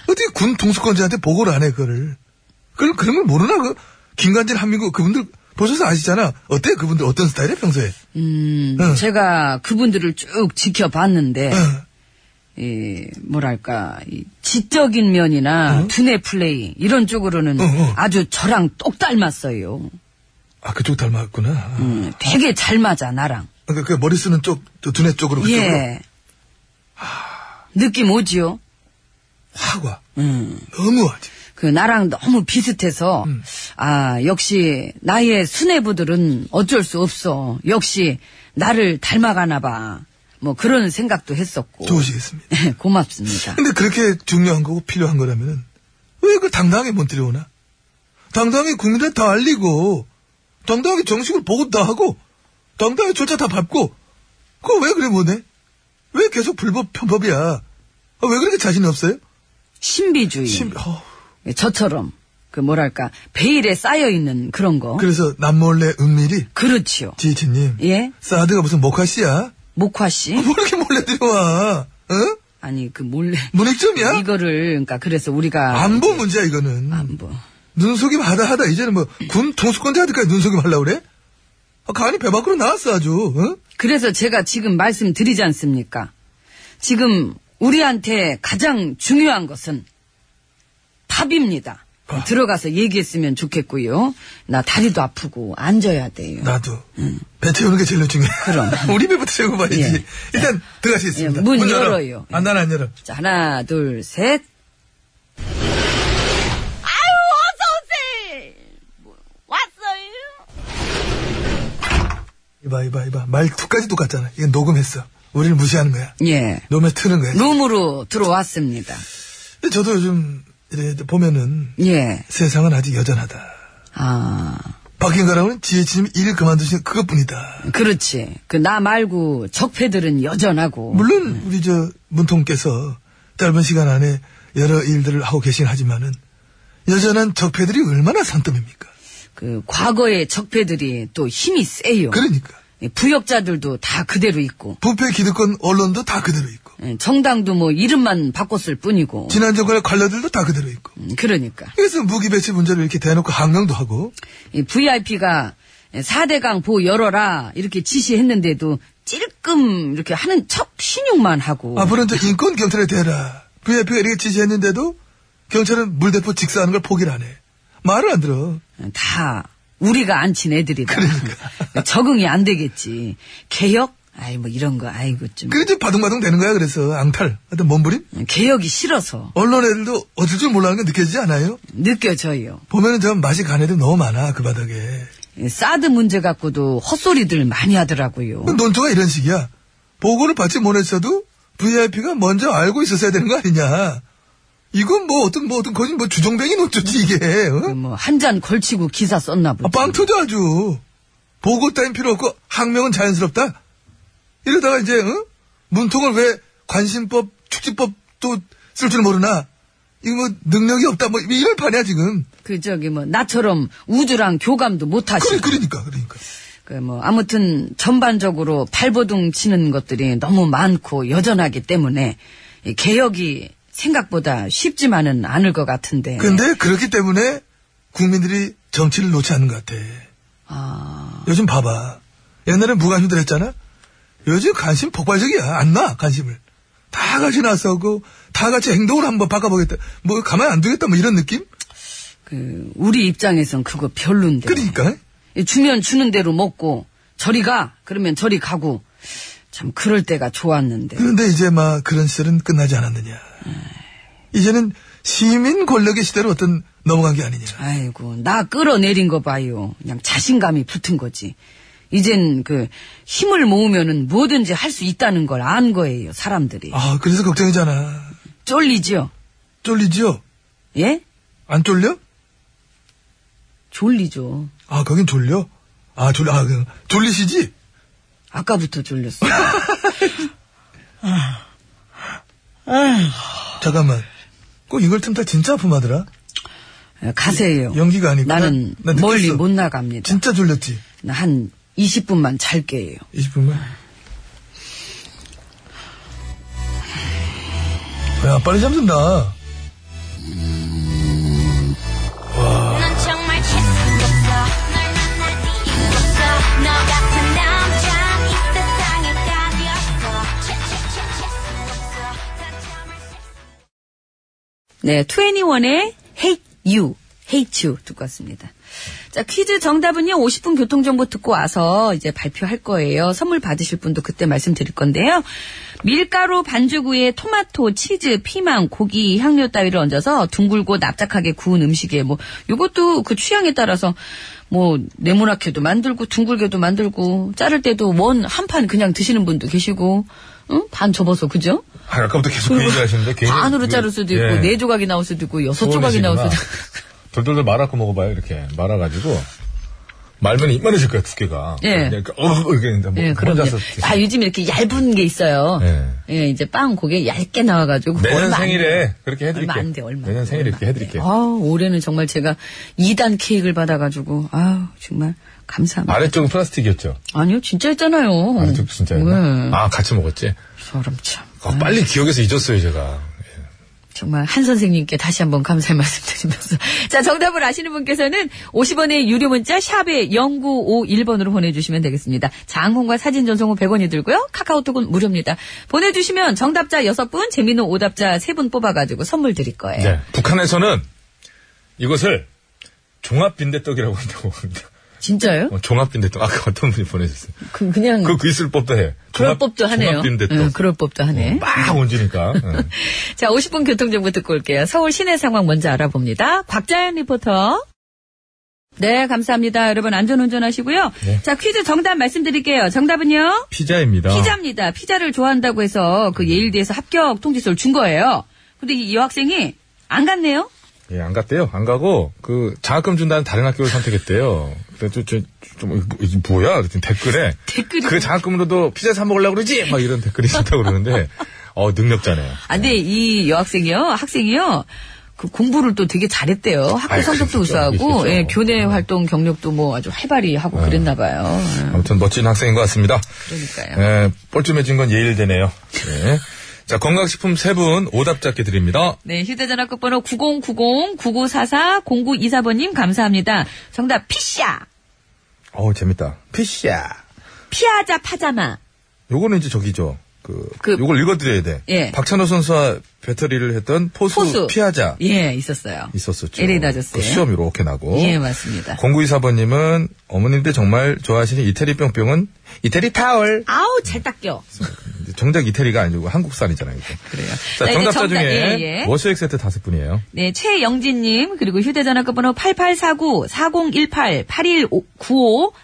[SPEAKER 1] 어떻게 군 통수권자한테 보고를 안 해, 그거를. 그럼, 그런 걸 모르나, 그? 김관진 한민국 그분들 보셔서 아시잖아. 어때? 그분들 어떤 스타일이야, 평소에? (laughs)
[SPEAKER 2] 음,
[SPEAKER 1] 응.
[SPEAKER 2] 제가 그분들을 쭉 지켜봤는데,
[SPEAKER 1] 응.
[SPEAKER 2] 이, 뭐랄까, 이 지적인 면이나
[SPEAKER 1] 어?
[SPEAKER 2] 두뇌 플레이, 이런 쪽으로는
[SPEAKER 1] 응, 응.
[SPEAKER 2] 아주 저랑 똑 닮았어요.
[SPEAKER 1] 아, 그쪽 닮았구나.
[SPEAKER 2] 음, 되게 잘 맞아, 나랑.
[SPEAKER 1] 아, 그, 그 머리 쓰는 쪽, 저 두뇌 쪽으로 어, 그쪽으로
[SPEAKER 2] 예. 느낌 오지요?
[SPEAKER 1] 확 와.
[SPEAKER 2] 음,
[SPEAKER 1] 너무 와지.
[SPEAKER 2] 그 나랑 너무 비슷해서, 아, 역시 나의 수뇌부들은 어쩔 수 없어. 역시 나를 닮아가나 봐. 뭐 그런 생각도 했었고. (laughs) 예,
[SPEAKER 1] 좋으시겠습니다.
[SPEAKER 2] 고맙습니다.
[SPEAKER 1] 근데 그렇게 중요한 거고 필요한 거라면은 왜 그걸 당당하게 못 들여오나? 당당하게 국민한테 다 알리고 당당하게 정식을 보고 다 하고 당당하게 조차 다 밟고 그거 왜 그래 못해? 왜 계속 불법 편법이야? 아, 왜 그렇게 자신이 없어요?
[SPEAKER 2] 신비주의. 예,
[SPEAKER 1] 심, 어,
[SPEAKER 2] 저처럼 그 뭐랄까 베일에 쌓여 있는 그런 거.
[SPEAKER 1] 그래서 남몰래 은밀히
[SPEAKER 2] 그, 렇지요
[SPEAKER 1] 지혜진님
[SPEAKER 2] 예?
[SPEAKER 1] 사드가 무슨 모카씨야?
[SPEAKER 2] 목화 씨
[SPEAKER 1] 뭐 이렇게 몰래 들여와? 어?
[SPEAKER 2] 아니 그 몰래
[SPEAKER 1] 문익점이야?
[SPEAKER 2] 이거를 그러니까 그래서 우리가 뭐
[SPEAKER 1] 안보 문제야 이거는
[SPEAKER 2] 안보.
[SPEAKER 1] 눈속임 하다 하다 이제는 뭐 군 통수권자한테까지 눈속임 하려고 그래? 아, 간이 배 밖으로 나왔어 아주 응?
[SPEAKER 2] 그래서 제가 지금 말씀드리지 않습니까? 지금 우리한테 가장 중요한 것은 밥입니다.
[SPEAKER 1] 아.
[SPEAKER 2] 들어가서 얘기했으면 좋겠고요. 나 다리도 아프고 앉아야 돼요.
[SPEAKER 1] 나도 배 채우는 게 제일 중요해
[SPEAKER 2] 음. 그럼.
[SPEAKER 1] (laughs) 우리 배부터 채워봐야지
[SPEAKER 2] 예.
[SPEAKER 1] 일단 들어가시겠습니다
[SPEAKER 2] 예, 문
[SPEAKER 1] 열어.
[SPEAKER 2] 열어요.
[SPEAKER 1] 아, 난안 열어
[SPEAKER 2] 자, 하나, 둘, 셋.
[SPEAKER 1] 이봐 이봐 이봐 말투까지 똑같잖아 이건 녹음했어 우리를 무시하는 거야
[SPEAKER 2] 예.
[SPEAKER 1] 녹음에 트는 거야
[SPEAKER 2] 룸으로 들어왔습니다.
[SPEAKER 1] 근데 저도 요즘 이래 보면은
[SPEAKER 2] 예.
[SPEAKER 1] 세상은 아직 여전하다
[SPEAKER 2] 아,
[SPEAKER 1] 바뀐 거라고는 지혜진님이 일을 그만두신 그것뿐이다
[SPEAKER 2] 그렇지. 그 나 말고 적폐들은 여전하고.
[SPEAKER 1] 물론 우리 저 문통께서 짧은 시간 안에 여러 일들을 하고 계신 하지만은 여전한 적폐들이 얼마나 산더미입니까?
[SPEAKER 2] 그 과거의 적폐들이 또 힘이 세요. 예,
[SPEAKER 1] 그러니까
[SPEAKER 2] 부역자들도 다 그대로 있고.
[SPEAKER 1] 부패 기득권 언론도 다 그대로 있고
[SPEAKER 2] 예, 정당도 뭐 이름만 바꿨을 뿐이고.
[SPEAKER 1] 지난 정권의 관료들도 다 그대로 있고
[SPEAKER 2] 음, 그러니까.
[SPEAKER 1] 그래서 무기 배치 문제를 이렇게 대놓고 한강도 하고
[SPEAKER 2] VIP가 4대강 보 열어라 이렇게 지시했는데도 찔끔 이렇게 하는 척 신용만 하고.
[SPEAKER 1] 앞으로는 아, 저 인권 경찰에 대라 VIP가 이렇게 지시했는데도 경찰은 물대포 직사하는 걸 포기를 안 해. 말을 안 들어.
[SPEAKER 2] 다 우리가 앉힌 애들이다.
[SPEAKER 1] 그러니까.
[SPEAKER 2] (laughs) 적응이 안 되겠지. 개혁? 아이 뭐 이런 거 아이고 좀
[SPEAKER 1] 그래 이제 바둥바둥 되는 거야 그래서 앙탈 하여튼 몸부림
[SPEAKER 2] 개혁이 싫어서
[SPEAKER 1] 언론 애들도 어쩔 줄 몰라하는 게 느껴지지 않아요?
[SPEAKER 2] 느껴져요.
[SPEAKER 1] 보면은 저 맛이 간 애들 너무 많아 그 바닥에
[SPEAKER 2] 예, 사드 문제 갖고도 헛소리들 많이 하더라고요.
[SPEAKER 1] 논조가 이런 식이야 보고를 받지 못했어도 VIP가 먼저 알고 있었어야 되는 거 아니냐 이건 뭐 어떤 뭐 어떤 거짓 뭐 주정뱅이 논조지 이게 어?
[SPEAKER 2] 뭐 한 잔 걸치고 기사 썼나
[SPEAKER 1] 아,
[SPEAKER 2] 보다.
[SPEAKER 1] 빵 터져 아주 보고 따윈 필요 없고 항명은 자연스럽다 이러다가 이제 어? 문통을 왜 관심법 축지법도 쓸 줄 모르나 이거 뭐 능력이 없다 뭐 이럴 판이야 지금
[SPEAKER 2] 그 저기 뭐 나처럼 우주랑 교감도 못
[SPEAKER 1] 그래
[SPEAKER 2] 하시고.
[SPEAKER 1] 그러니까 그러니까
[SPEAKER 2] 그 뭐 아무튼 전반적으로 발버둥 치는 것들이 너무 많고 여전하기 때문에 이 개혁이 생각보다 쉽지만은 않을 것 같은데.
[SPEAKER 1] 근데 그렇기 때문에 국민들이 정치를 놓지 않는 것 같아.
[SPEAKER 2] 아,
[SPEAKER 1] 요즘 봐봐. 옛날엔 무관심들 했잖아? 요즘 관심 폭발적이야. 안 나, 관심을. 다 같이 나서고, 다 같이 행동을 한번 바꿔보겠다. 뭐, 가만히 안 두겠다, 뭐 이런 느낌?
[SPEAKER 2] 그 우리 입장에선 그거 별론데.
[SPEAKER 1] 그러니까.
[SPEAKER 2] 이 주면 주는 대로 먹고 저리 가 그러면 저리 가고 참 그럴 때가 좋았는데.
[SPEAKER 1] 그런데 이제 막 그런 시절은 끝나지 않았느냐. 이제는 시민 권력의 시대로 어떤 넘어간 게 아니냐.
[SPEAKER 2] 아이고 나 끌어내린 거 봐요. 그냥 자신감이 붙은 거지.
[SPEAKER 10] 이젠 그 힘을 모으면은 뭐든지 할 수 있다는 걸 안 거예요, 사람들이.
[SPEAKER 5] 아, 그래서 걱정이잖아.
[SPEAKER 10] 쫄리죠?
[SPEAKER 5] 쫄리지요?
[SPEAKER 10] 예?
[SPEAKER 5] 안 쫄려?
[SPEAKER 10] 졸리죠.
[SPEAKER 5] 아, 거긴 졸려? 아, 졸, 아, 그, 졸리시지?
[SPEAKER 10] 아까부터 졸렸어.
[SPEAKER 5] 잠깐만. 꼭 이걸 틈타 진짜 아픔하더라?
[SPEAKER 10] 예, 가세요.
[SPEAKER 5] 연기가 아니고.
[SPEAKER 10] 나는
[SPEAKER 5] 난- 난
[SPEAKER 10] 멀리
[SPEAKER 5] 느꼈어.
[SPEAKER 10] 못 나갑니다.
[SPEAKER 5] 진짜 졸렸지?
[SPEAKER 10] 나한 20분만 잘 깨요.
[SPEAKER 5] 20분만. 야, 빨리 잠든다. 와.
[SPEAKER 2] 네, 21의 Hate You, Hate You 듣고 왔습니다. 자, 퀴즈 정답은요, 50분 교통정보 듣고 와서 이제 발표할 거예요. 선물 받으실 분도 그때 말씀드릴 건데요. 밀가루 반죽 위에 토마토, 치즈, 피망, 고기, 향료 따위를 얹어서 둥글고 납작하게 구운 음식에 뭐, 요것도 그 취향에 따라서 뭐, 네모나게도 만들고, 둥글게도 만들고, 자를 때도 원, 한 판 그냥 드시는 분도 계시고, 응? 반 접어서, 그죠?
[SPEAKER 11] 아, 아까부터 계속 그
[SPEAKER 2] (laughs)
[SPEAKER 11] 얘기 하시는데 굉장히
[SPEAKER 2] 반으로
[SPEAKER 11] 그-
[SPEAKER 2] 자를 수도
[SPEAKER 11] 예.
[SPEAKER 2] 있고 네 조각이 나올 수도 있고 여섯 조각이 나올 수도
[SPEAKER 11] 소원이시구나.
[SPEAKER 2] 있고
[SPEAKER 11] (laughs) 돌돌돌 말아갖고 먹어봐요, 이렇게. 말아가지고. 말면 이만해질 거야, 두께가.
[SPEAKER 2] 예.
[SPEAKER 11] 그냥 이렇게, 어, 이렇게 했는데, 뭐,
[SPEAKER 2] 예, 그럼요.
[SPEAKER 11] 혼자서.
[SPEAKER 2] 아, 요즘 이렇게 얇은 게 있어요.
[SPEAKER 11] 예.
[SPEAKER 2] 예, 이제 빵 고개 얇게 나와가지고.
[SPEAKER 11] 내년
[SPEAKER 2] 얼마 안 돼요.
[SPEAKER 11] 생일에 그렇게 해드릴게요.
[SPEAKER 2] 얼마 안 돼, 얼마. 안
[SPEAKER 11] 내년
[SPEAKER 2] 돼,
[SPEAKER 11] 생일에
[SPEAKER 2] 얼마
[SPEAKER 11] 이렇게
[SPEAKER 2] 안
[SPEAKER 11] 해드릴게요.
[SPEAKER 2] 돼요. 아우, 올해는 정말 제가 2단 케이크를 받아가지고, 아우, 정말 감사합니다.
[SPEAKER 11] 아래쪽은 플라스틱이었죠.
[SPEAKER 2] 아니요, 진짜 했잖아요.
[SPEAKER 11] 아래쪽 진짜였나?
[SPEAKER 2] 어. 왜?
[SPEAKER 11] 아, 같이 먹었지.
[SPEAKER 2] 소름 참.
[SPEAKER 11] 어, 빨리 기억에서 잊었어요, 제가.
[SPEAKER 2] 정말 한 선생님께 다시 한번 감사의 (laughs) 말씀 드리면서. 자, 정답을 아시는 분께서는 50원의 유료 문자 샵에 0951번으로 보내주시면 되겠습니다. 장문과 사진 전송 후 100원이 들고요. 카카오톡은 무료입니다. 보내주시면 정답자 6분, 재미있는 오답자 3분 뽑아가지고 선물 드릴 거예요.
[SPEAKER 11] 네. 북한에서는 이것을 종합빈대떡이라고 한다고 합니다.
[SPEAKER 2] 진짜요?
[SPEAKER 11] 어, 종합빈대떡. 아까 어떤 분이 보내주셨어요.
[SPEAKER 2] 그, 그냥
[SPEAKER 11] 그, 그 있을 법도 해.
[SPEAKER 2] 그럴
[SPEAKER 11] 종합- 어,
[SPEAKER 2] 법도 하네요.
[SPEAKER 11] 종합빈대떡.
[SPEAKER 2] 응, 그럴 법도 하네.
[SPEAKER 11] 막 얹으니까. 예. 응.
[SPEAKER 2] (laughs) 자, 50분 교통정보 듣고 올게요. 서울 시내 상황 먼저 알아봅니다. 곽자연 리포터. 네, 감사합니다. 여러분, 안전운전 하시고요.
[SPEAKER 11] 네.
[SPEAKER 2] 자, 퀴즈 정답 말씀드릴게요. 정답은요?
[SPEAKER 11] 피자입니다.
[SPEAKER 2] 피자입니다. 피자를 좋아한다고 해서
[SPEAKER 11] 음.
[SPEAKER 2] 그 예일대에서 합격 통지서를 준 거예요. 근데 이 여학생이 안 갔네요?
[SPEAKER 11] 예, 안 갔대요. 안 가고, 그, 장학금 준다는 다른 학교를 선택했대요. 근데 저, 저, 좀, 이거 뭐- 이게 뭐야? 그랬더니 댓글에.
[SPEAKER 2] (laughs) 댓글이-
[SPEAKER 11] 그 장학금으로도 피자 사먹으려고 그러지? 막 이런 댓글이 있었다고 그러는데, 어, 능력자네요.
[SPEAKER 2] 아, 근데 이 여학생이요, 학생이요, 그 공부를 또 되게 잘했대요. 학교
[SPEAKER 11] 아이,
[SPEAKER 2] 성적도
[SPEAKER 11] 그렇겠죠.
[SPEAKER 2] 우수하고,
[SPEAKER 11] 그렇겠죠. 음.
[SPEAKER 2] 예, 교내 활동 경력도 뭐 아주 활발히 하고 그랬나 봐요.
[SPEAKER 11] 아무튼 멋진 학생인 것 같습니다.
[SPEAKER 2] 그러니까요.
[SPEAKER 11] 예, 뻘쭘해진 건 예일대네요. 예. 자, 건강식품 세 분 오답 잡게 드립니다.
[SPEAKER 2] 네, 휴대전화 끝번호 9090-9944-0924번님 감사합니다. 정답 피샤,
[SPEAKER 11] 어우, 재밌다. 피샤.
[SPEAKER 2] 피하자 파자마.
[SPEAKER 11] 요거는 이제 저기죠. 그,
[SPEAKER 2] 그-
[SPEAKER 11] 요걸 읽어드려야 돼.
[SPEAKER 2] 예.
[SPEAKER 11] 박찬호 선수와 배터리를 했던 포수,
[SPEAKER 2] 포수.
[SPEAKER 11] 피하자.
[SPEAKER 2] 예, 있었어요.
[SPEAKER 11] 있었었죠.
[SPEAKER 2] LA 다저스예요.
[SPEAKER 11] 그 시험이 이렇게 나고.
[SPEAKER 2] 예, 맞습니다.
[SPEAKER 11] 0924번님은 어머님들 정말 좋아하시는 이태리 뿅뿅은 이태리 타월.
[SPEAKER 2] 아우, 잘 닦여.
[SPEAKER 11] 정작 이태리가 아니고 한국산이잖아요. 이거.
[SPEAKER 2] 그래요.
[SPEAKER 11] 자,
[SPEAKER 2] 자, 이제
[SPEAKER 11] 정답자
[SPEAKER 2] 정답,
[SPEAKER 11] 중에
[SPEAKER 2] 예, 예.
[SPEAKER 11] 워시액 세트 다섯 분이에요.
[SPEAKER 2] 네, 최영진님, 그리고 휴대전화 끝번호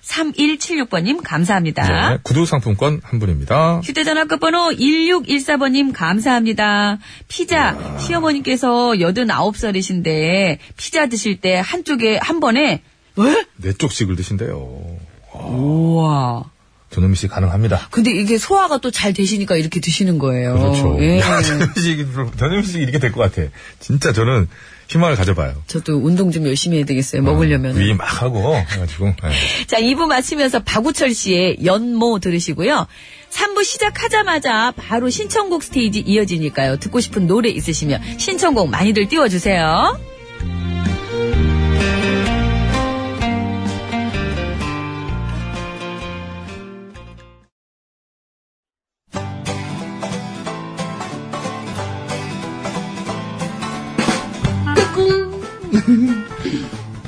[SPEAKER 2] 8849-4018-8195-3176번님 감사합니다.
[SPEAKER 11] 네, 구두 상품권 한 분입니다.
[SPEAKER 2] 휴대전화 끝번호 1614번님 감사합니다. 피자 시어머님께서 89살이신데 피자 드실 때 한쪽에 한 번에
[SPEAKER 11] 네 쪽씩을 드신대요.
[SPEAKER 2] 우와.
[SPEAKER 11] 저놈이 씨 가능합니다.
[SPEAKER 2] 근데 이게 소화가 또 잘 되시니까 이렇게 드시는 거예요.
[SPEAKER 11] 그렇죠.
[SPEAKER 2] 예.
[SPEAKER 11] 야, 저놈이 씨, 저놈이 씨 이렇게 될 것 같아. 진짜 저는 희망을 가져봐요.
[SPEAKER 2] 저도 운동 좀 열심히 해야 되겠어요. 먹으려면.
[SPEAKER 11] 음, 위 막 하고 해가지고 예.
[SPEAKER 2] 자, 2부 마치면서 박우철 씨의 연모 들으시고요. 3부 시작하자마자 바로 신청곡 스테이지 이어지니까요. 듣고 싶은 노래 있으시면 신청곡 많이들 띄워주세요.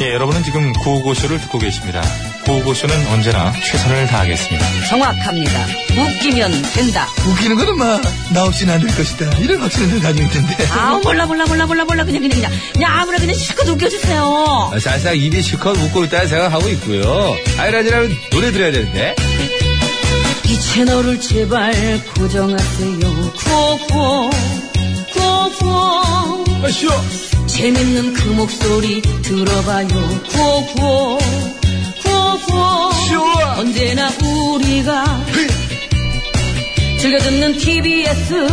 [SPEAKER 11] 예, 여러분은 지금 구호고쇼를 듣고 계십니다. 구호고쇼는 언제나 최선을 다하겠습니다.
[SPEAKER 2] 정확합니다. 웃기면 된다.
[SPEAKER 5] 웃기는 거는 막 나 없이는 안 될 것이다. 이런 확신을 늘 가지고 있던데.
[SPEAKER 4] 아 몰라 몰라 몰라 몰라 몰라 그냥 그냥 그냥 그냥 아무나 그냥 실컷 웃겨주세요.
[SPEAKER 1] 어, 사실상 입이 실컷 웃고 있다는 생각하고 있고요. 아이라지라면 노래 들어야 되는데.
[SPEAKER 2] 이 채널을 제발 고정하세요. 구호구호, 구호구호.
[SPEAKER 1] 아, 쉬어.
[SPEAKER 2] 재밌는 그 목소리 들어봐요. 구호구호, 구호구호. 언제나 우리가 즐겨 듣는 TBS.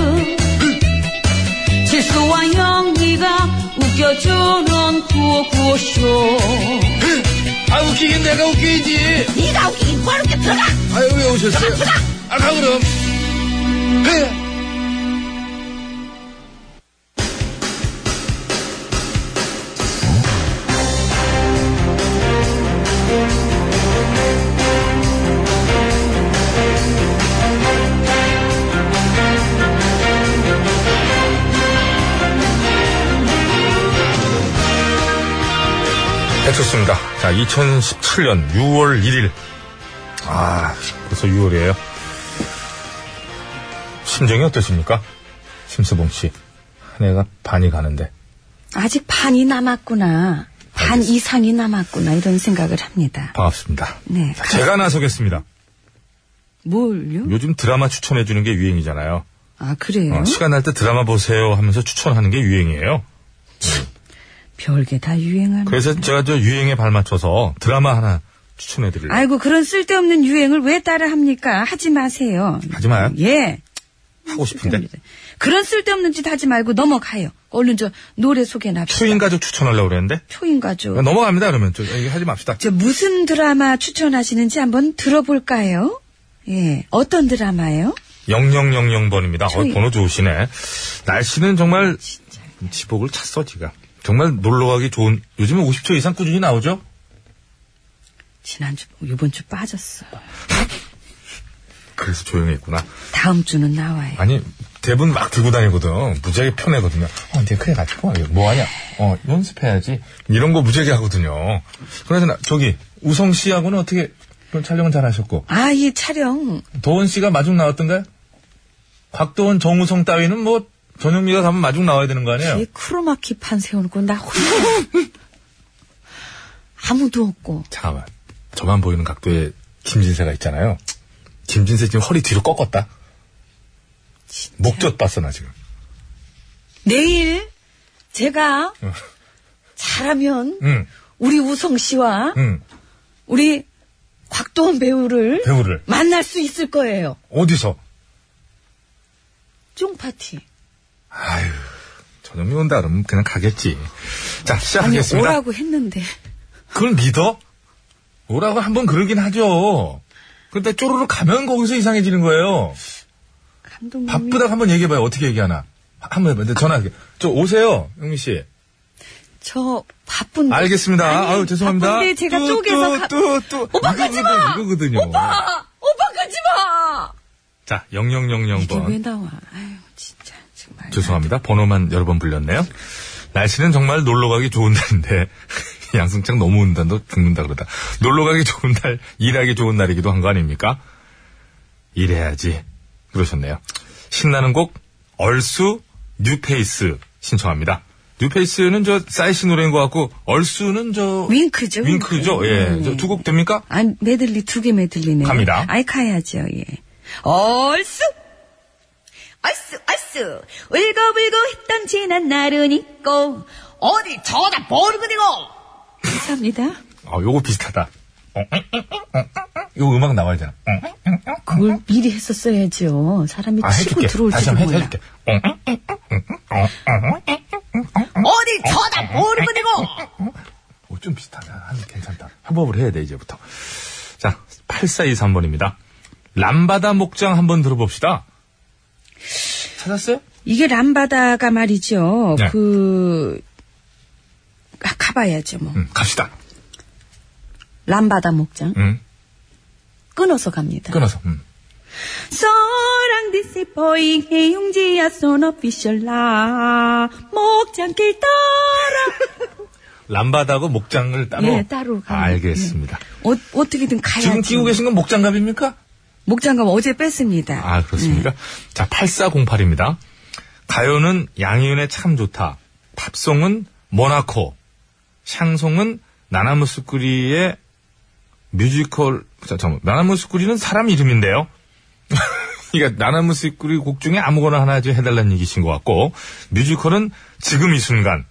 [SPEAKER 2] 실수와 영리가 웃겨주는 구호구호쇼.
[SPEAKER 1] 아, 웃기긴 내가 웃기지.
[SPEAKER 4] 네가 웃기긴 뭘 웃겨 들어가.
[SPEAKER 1] 아유, 왜 오셨어요? 아, 가, 그럼.
[SPEAKER 11] 백석수입니다. 자, 2017년 6월 1일. 아, 벌써 6월이에요. 심정이 어떠십니까? 심수봉 씨. 한 해가 반이 가는데.
[SPEAKER 13] 아직 반이 남았구나. 반 이상이 남았구나. 이런 생각을 합니다.
[SPEAKER 11] 반갑습니다.
[SPEAKER 13] 네.
[SPEAKER 11] 자, 제가 나서겠습니다.
[SPEAKER 2] 뭘요?
[SPEAKER 11] 요즘 드라마 추천해주는 게 유행이잖아요.
[SPEAKER 2] 아, 그래요?
[SPEAKER 10] 네.
[SPEAKER 11] 어, 시간 날 때 드라마 보세요 하면서 추천하는 게 유행이에요.
[SPEAKER 2] 별게 다 유행하네.
[SPEAKER 11] 그래서 제가 저 유행에 발맞춰서 드라마 하나 추천해드릴래요.
[SPEAKER 2] 아이고 그런 쓸데없는 유행을 왜 따라 합니까? 하지 마세요.
[SPEAKER 11] 하지 마요.
[SPEAKER 2] 예.
[SPEAKER 11] 하고 싶은데.
[SPEAKER 2] 그런 쓸데없는 짓 하지 말고 넘어가요. 얼른 저 노래 소개나 합시다.
[SPEAKER 11] 초인가족 추천하려고 그랬는데.
[SPEAKER 2] 표인가죠.
[SPEAKER 11] 넘어갑니다, 그러면. 저, 이거 하지 맙시다.
[SPEAKER 2] 저 무슨 드라마 추천하시는지 한번 들어볼까요? 예. 어떤 드라마요?
[SPEAKER 11] 0000번입니다.
[SPEAKER 2] 저희-
[SPEAKER 11] 어, 번호 좋으시네. 날씨는 정말 지복을 찼어, 지가. 정말 놀러 가기 좋은, 요즘에 50초 이상 꾸준히 나오죠?
[SPEAKER 2] 지난주, 요번주 빠졌어.
[SPEAKER 11] 그래서 조용히 했구나.
[SPEAKER 2] 다음 주는 나와요.
[SPEAKER 11] 아니, 대본 막 들고 다니거든. 무지하게 편해거든요. 어, 근데 그래가지고, 뭐하냐? 어, 연습해야지. 이런 거 무지하게 하거든요. 그러나, 저기, 우성 씨하고는 어떻게, 그런 촬영은 잘 하셨고,
[SPEAKER 2] 아, 이 촬영.
[SPEAKER 11] 도원 씨가 마중 나왔던가요? 곽도원, 정우성 따위는 뭐, 전영미가 가면 마중 나와야 되는 거 아니에요?
[SPEAKER 13] 이 크로마키 판 세우고 나 혼자.
[SPEAKER 11] (laughs)
[SPEAKER 13] 아무도 없고.
[SPEAKER 11] 잠깐만. 저만 보이는 각도에 김진세가 있잖아요. 김진세 지금 허리 뒤로 꺾었다. 목젖 봤어, 나 지금.
[SPEAKER 13] 내일 제가 잘하면
[SPEAKER 11] 응,
[SPEAKER 13] 우리 우성 씨와
[SPEAKER 11] 응.
[SPEAKER 13] 우리 곽도원 배우를
[SPEAKER 11] 배우를.
[SPEAKER 13] 만날 수 있을 거예요.
[SPEAKER 11] 어디서?
[SPEAKER 13] 쫑파티.
[SPEAKER 11] 아유, 저녁이 온다 그러면 그냥 가겠지. 자,
[SPEAKER 13] 아니,
[SPEAKER 11] 시작하겠습니다.
[SPEAKER 13] 오라고 했는데.
[SPEAKER 11] 그걸 믿어? 오라고 한 번 그러긴 하죠. 근데 쪼르르 가면 거기서 이상해지는 거예요.
[SPEAKER 13] 감독님.
[SPEAKER 11] 바쁘다 한번 얘기해봐요. 어떻게 얘기하나. 한번 해봐요. 전화할게요. 저 오세요, 영미 씨.
[SPEAKER 13] 저 바쁜데.
[SPEAKER 11] 알겠습니다.
[SPEAKER 13] 아니,
[SPEAKER 11] 아유, 죄송합니다.
[SPEAKER 13] 바쁜데 제가 쪼개서 가-
[SPEAKER 11] 또, 또, 또. 오빠 가지 마! 이거거든요. 오빠!
[SPEAKER 13] 아, 오빠 가지 마!
[SPEAKER 11] 자,
[SPEAKER 13] 이게 왜
[SPEAKER 11] 0000번.
[SPEAKER 13] 나와? 아유, 진짜. 정말.
[SPEAKER 11] 죄송합니다. 번호만 여러 번 불렸네요. 날씨는 정말 놀러 가기 좋은 날인데, (laughs) 양승창 너무 운다, 너 죽는다 그러다. 놀러 가기 좋은 날, 일하기 좋은 날이기도 한 거 아닙니까? 일해야지. 그러셨네요. 신나는 곡, 얼수, 뉴페이스 신청합니다. 뉴페이스는 저, 싸이씨 노래인 것 같고, 얼수는 저,
[SPEAKER 2] 윙크죠? 음,
[SPEAKER 11] 윙크죠?
[SPEAKER 13] 네.
[SPEAKER 11] 예. 두 곡 됩니까?
[SPEAKER 2] 아, 메들리, 두 개 메들리네요.
[SPEAKER 11] 갑니다.
[SPEAKER 2] 아이, 가야죠, 예. 얼쑤!
[SPEAKER 4] 얼쑤 얼쑤 울고불고 했던 지난 날은 있고 어디 저다 모르고 되고
[SPEAKER 2] 감사합니다.
[SPEAKER 11] 아, 어, 요거 비슷하다. 어, 요 음악 나와야 되나?
[SPEAKER 2] 그걸 미리 했었어야죠. 사람이
[SPEAKER 11] 어? 아,
[SPEAKER 2] 치고
[SPEAKER 11] 해줄게.
[SPEAKER 2] 들어올
[SPEAKER 11] 다시
[SPEAKER 2] 줄
[SPEAKER 11] 한번
[SPEAKER 2] 몰라.
[SPEAKER 11] 해줄게. 어.
[SPEAKER 4] 어디 쳐다 모르고 대고
[SPEAKER 11] 어, 좀 비슷하다. 한, 괜찮다. 협업을 해야 돼, 이제부터. 자, 8423번입니다. 람바다 목장 한번 들어봅시다. 찾았어요?
[SPEAKER 10] 이게 람바다가 말이죠.
[SPEAKER 11] 네.
[SPEAKER 10] 그, 아, 가봐야죠, 뭐.
[SPEAKER 11] 음, 갑시다.
[SPEAKER 2] 람바다 목장
[SPEAKER 11] 음,
[SPEAKER 2] 끊어서 갑니다.
[SPEAKER 11] 끊어서. 음.
[SPEAKER 4] 소랑 디스포잉 해용지야 손 오피셜 라 목장길 따라
[SPEAKER 11] 람바다고 목장을 따로.
[SPEAKER 13] 네,
[SPEAKER 2] 예, 따로 가는
[SPEAKER 11] 알겠습니다.
[SPEAKER 10] 어, 어떻게든
[SPEAKER 11] 지금
[SPEAKER 10] 가야지.
[SPEAKER 11] 끼고 계신 건 목장갑입니까?
[SPEAKER 10] 목장갑 어제 뺐습니다.
[SPEAKER 11] 아, 그렇습니까?
[SPEAKER 2] 네.
[SPEAKER 11] 자, 8408입니다. 가요는 양희은의 참 좋다. 팝송은 모나코. 샹송은 나나무스쿠리의 뮤지컬, 자, 잠깐만. 나나무스쿠리는 사람 이름인데요. (laughs) 그러니까 나나무스쿠리 곡 중에 아무거나 하나 좀 해달라는 얘기신 것 같고, 뮤지컬은 지금 이 순간.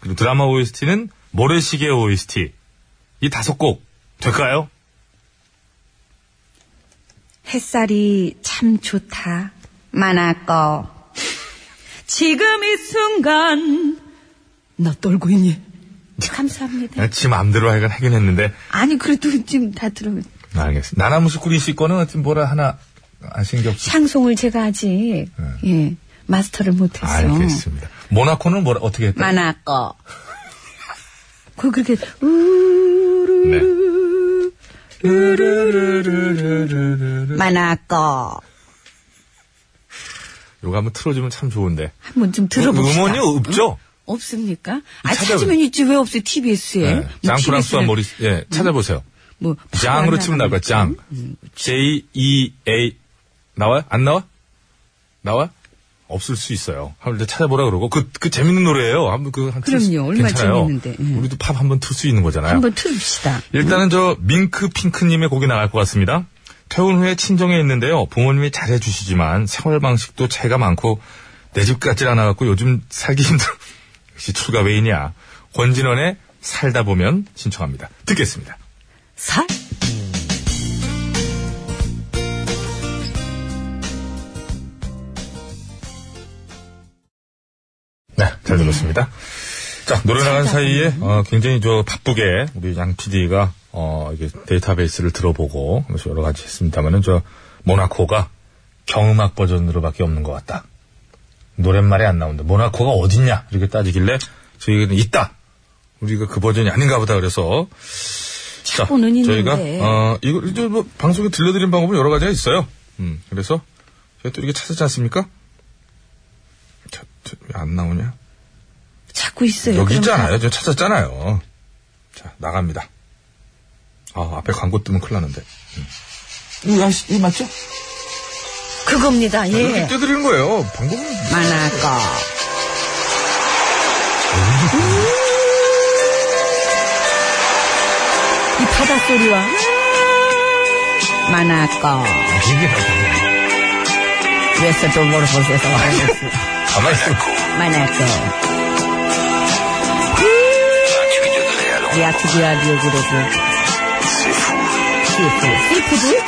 [SPEAKER 11] 그리고 드라마 OST는 모래시계 OST. 이 다섯 곡 될까요?
[SPEAKER 10] 예. 햇살이 참 좋다. 만화꺼. 지금 이 순간. 나 떨고 있니? 감사합니다.
[SPEAKER 11] 그냥 네, 지 마음대로 하긴 하긴 했는데,
[SPEAKER 10] 아니, 그래도 지금 다 들어.
[SPEAKER 11] 알겠습니다. 나나무스 꾸리실 거는 어쨌든 뭐라 하나 아신 게 없죠.
[SPEAKER 2] 향송을 제가 아직 예 마스터를 못했어요.
[SPEAKER 11] 네. 알겠습니다. 모나코는 뭐라 어떻게 했다?
[SPEAKER 10] 만화꺼.
[SPEAKER 2] 그걸 그렇게
[SPEAKER 11] 네.
[SPEAKER 10] 만화꺼.
[SPEAKER 11] 요거 한번 틀어주면 참 좋은데.
[SPEAKER 2] 한번 좀 들어봅시다.
[SPEAKER 11] 음원이 없죠?
[SPEAKER 2] 없습니까? 아
[SPEAKER 11] 찾아보세요.
[SPEAKER 2] 찾으면 있지 왜 없어요? TBS에.
[SPEAKER 11] 네. 장프랑스와 모리 예 찾아보세요.
[SPEAKER 2] 뭐 바로
[SPEAKER 11] 장으로
[SPEAKER 2] 안
[SPEAKER 11] 치면 나올
[SPEAKER 2] 나가는
[SPEAKER 11] 거야. 장. J E A 나와요? 안 나와? 나와? 없을 수 있어요. 한번 이제 찾아보라 그러고 그 그 재밌는 노래예요. 한번 그한
[SPEAKER 2] 그럼요. 얼마나 재밌는데. 예.
[SPEAKER 11] 우리도 팝 한번 틀 수 있는 거잖아요.
[SPEAKER 2] 한번 틀읍시다.
[SPEAKER 11] 일단은 저 밍크 핑크님의 곡이 나갈 것 같습니다. 퇴원 후에 친정에 있는데요. 부모님이 잘해주시지만 생활 방식도 차이가 많고 내 집 같질 않아갖고 요즘 살기 힘들어. 역시 출가 왜이냐. 권진원의 살다 보면 신청합니다. 듣겠습니다.
[SPEAKER 2] 살
[SPEAKER 11] 네, 잘 들었습니다. 자, 노래 나간 사이에 어, 굉장히 저 바쁘게 우리 양 PD가 어, 이게 데이터베이스를 들어보고 하면서 여러 가지 했습니다만은 저 모나코가 경음악 버전으로밖에 없는 것 같다. 노랫말이 안 나온다. 모나코가 어딨냐 이렇게 따지길래 저희는 있다. 우리가 그 버전이 아닌가 보다 그래서 자,
[SPEAKER 2] 찾고는
[SPEAKER 11] 저희가
[SPEAKER 2] 있는데.
[SPEAKER 11] 어, 이거 이제 뭐 방송에 들려드린 방법은 여러 가지가 있어요. 음, 그래서 저희 또 이렇게 찾았지 않습니까? 자, 저, 왜안 나오냐?
[SPEAKER 2] 찾고 있어요.
[SPEAKER 11] 여기
[SPEAKER 2] 네, 그럼
[SPEAKER 11] 있잖아요. 저 찾았잖아요. 자, 나갑니다. 아, 앞에 광고 뜨면 큰일 나는데. 이거, 아시, 이거 맞죠?
[SPEAKER 2] 그겁니다.
[SPEAKER 11] 이렇게
[SPEAKER 2] 예.
[SPEAKER 11] 떼드리는 거예요. 방법은.
[SPEAKER 10] 만화꺼.
[SPEAKER 2] 이 바다 소리와
[SPEAKER 10] 만화꺼. 그래서 좀 물어보셔서
[SPEAKER 11] 가만히 있어.
[SPEAKER 10] 만화꺼. 야쿠비와 뉴그룹. 시프. 시프.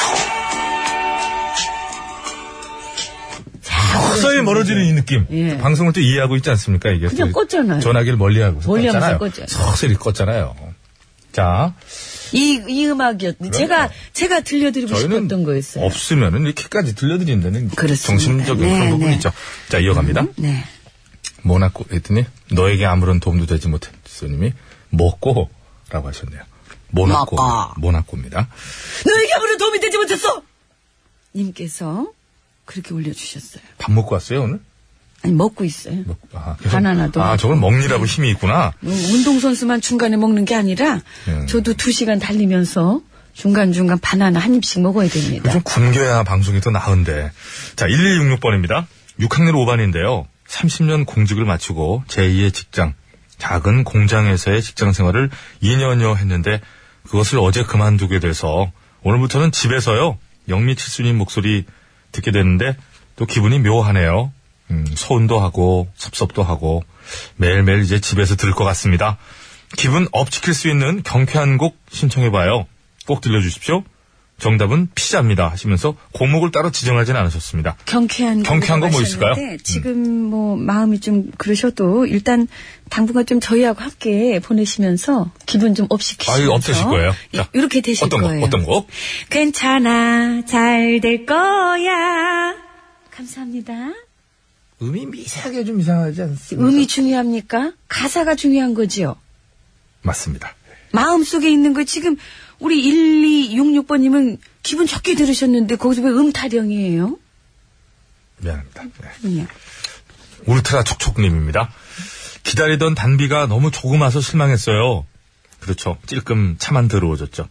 [SPEAKER 11] 서서히 멀어지는 이 느낌.
[SPEAKER 2] 아, 예.
[SPEAKER 11] 방송을 또 이해하고 있지 않습니까? 이게
[SPEAKER 2] 그냥
[SPEAKER 11] 또
[SPEAKER 2] 껐잖아요.
[SPEAKER 11] 전화기를 멀리하고.
[SPEAKER 2] 멀리하면서 껐죠.
[SPEAKER 11] 서서히 껐잖아요. 자,
[SPEAKER 2] 이, 이 음악이었, 제가, 제가 들려드리고
[SPEAKER 11] 저희는
[SPEAKER 2] 싶었던 거였어요.
[SPEAKER 11] 없으면은 이렇게까지 들려드리는 데는
[SPEAKER 2] 그렇습니다.
[SPEAKER 11] 정신적인
[SPEAKER 2] 네,
[SPEAKER 11] 그런
[SPEAKER 2] 네.
[SPEAKER 11] 부분이 있죠. 자, 이어갑니다.
[SPEAKER 2] 네.
[SPEAKER 11] 모나코 했더니 너에게 아무런 도움도 되지 못한 스님이 먹고라고 하셨네요. 모나코 모나코입니다.
[SPEAKER 2] 너에게 아무런 도움이 되지 못했어! 님께서 그렇게 올려주셨어요.
[SPEAKER 11] 밥 먹고 왔어요 오늘?
[SPEAKER 2] 아니, 먹고 있어요.
[SPEAKER 11] 먹- 아,
[SPEAKER 2] 바나나도
[SPEAKER 11] 아 저걸 먹느라고 힘이 있구나.
[SPEAKER 2] 음, 운동선수만 중간에 먹는 게 아니라,
[SPEAKER 11] 음.
[SPEAKER 2] 저도 두 시간 달리면서 중간중간 바나나 한 입씩 먹어야
[SPEAKER 11] 이거
[SPEAKER 2] 됩니다.
[SPEAKER 11] 좀 굶겨야 방송이 더 나은데. 자 1166번입니다. 6학년 5반인데요. 30년 공직을 마치고 제2의 직장 작은 공장에서의 직장 생활을 2년여 했는데 그것을 어제 그만두게 돼서 오늘부터는 집에서요 영미 칠순님 목소리 듣게 됐는데 또 기분이 묘하네요. 음, 서운도 하고 섭섭도 하고 매일매일 이제 집에서 들을 것 같습니다. 기분 업시킬 수 있는 경쾌한 곡 신청해봐요. 꼭 들려주십시오. 정답은 피자입니다. 하시면서 곡목을 따로 지정하진 않으셨습니다.
[SPEAKER 2] 경쾌한
[SPEAKER 11] 경쾌한 거뭐
[SPEAKER 2] 말씀하셨는데
[SPEAKER 11] 있을까요? 음.
[SPEAKER 2] 지금 뭐 마음이 좀 그러셔도 일단 당분간 좀 저희하고 함께 보내시면서 기분 좀 업시키시면서
[SPEAKER 11] 아유, 업 되실 거예요? 자,
[SPEAKER 2] 이렇게 되실
[SPEAKER 11] 어떤
[SPEAKER 2] 거예요.
[SPEAKER 11] 곡, 어떤 곡?
[SPEAKER 2] 괜찮아 잘 될 거야. 감사합니다.
[SPEAKER 1] 음이 미세하게 좀 이상하지 않습니까?
[SPEAKER 2] 음이 중요합니까? 가사가 중요한 거지요.
[SPEAKER 11] 맞습니다.
[SPEAKER 2] 마음 속에 있는 거 지금 우리 1266번님은 기분 좋게 들으셨는데 거기서 왜 음타령이에요?
[SPEAKER 11] 미안합니다. 네.
[SPEAKER 2] 그냥.
[SPEAKER 11] 울트라 촉촉님입니다. 기다리던 단비가 너무 조금 와서 실망했어요. 그렇죠. 찔끔 차만 들어오졌죠.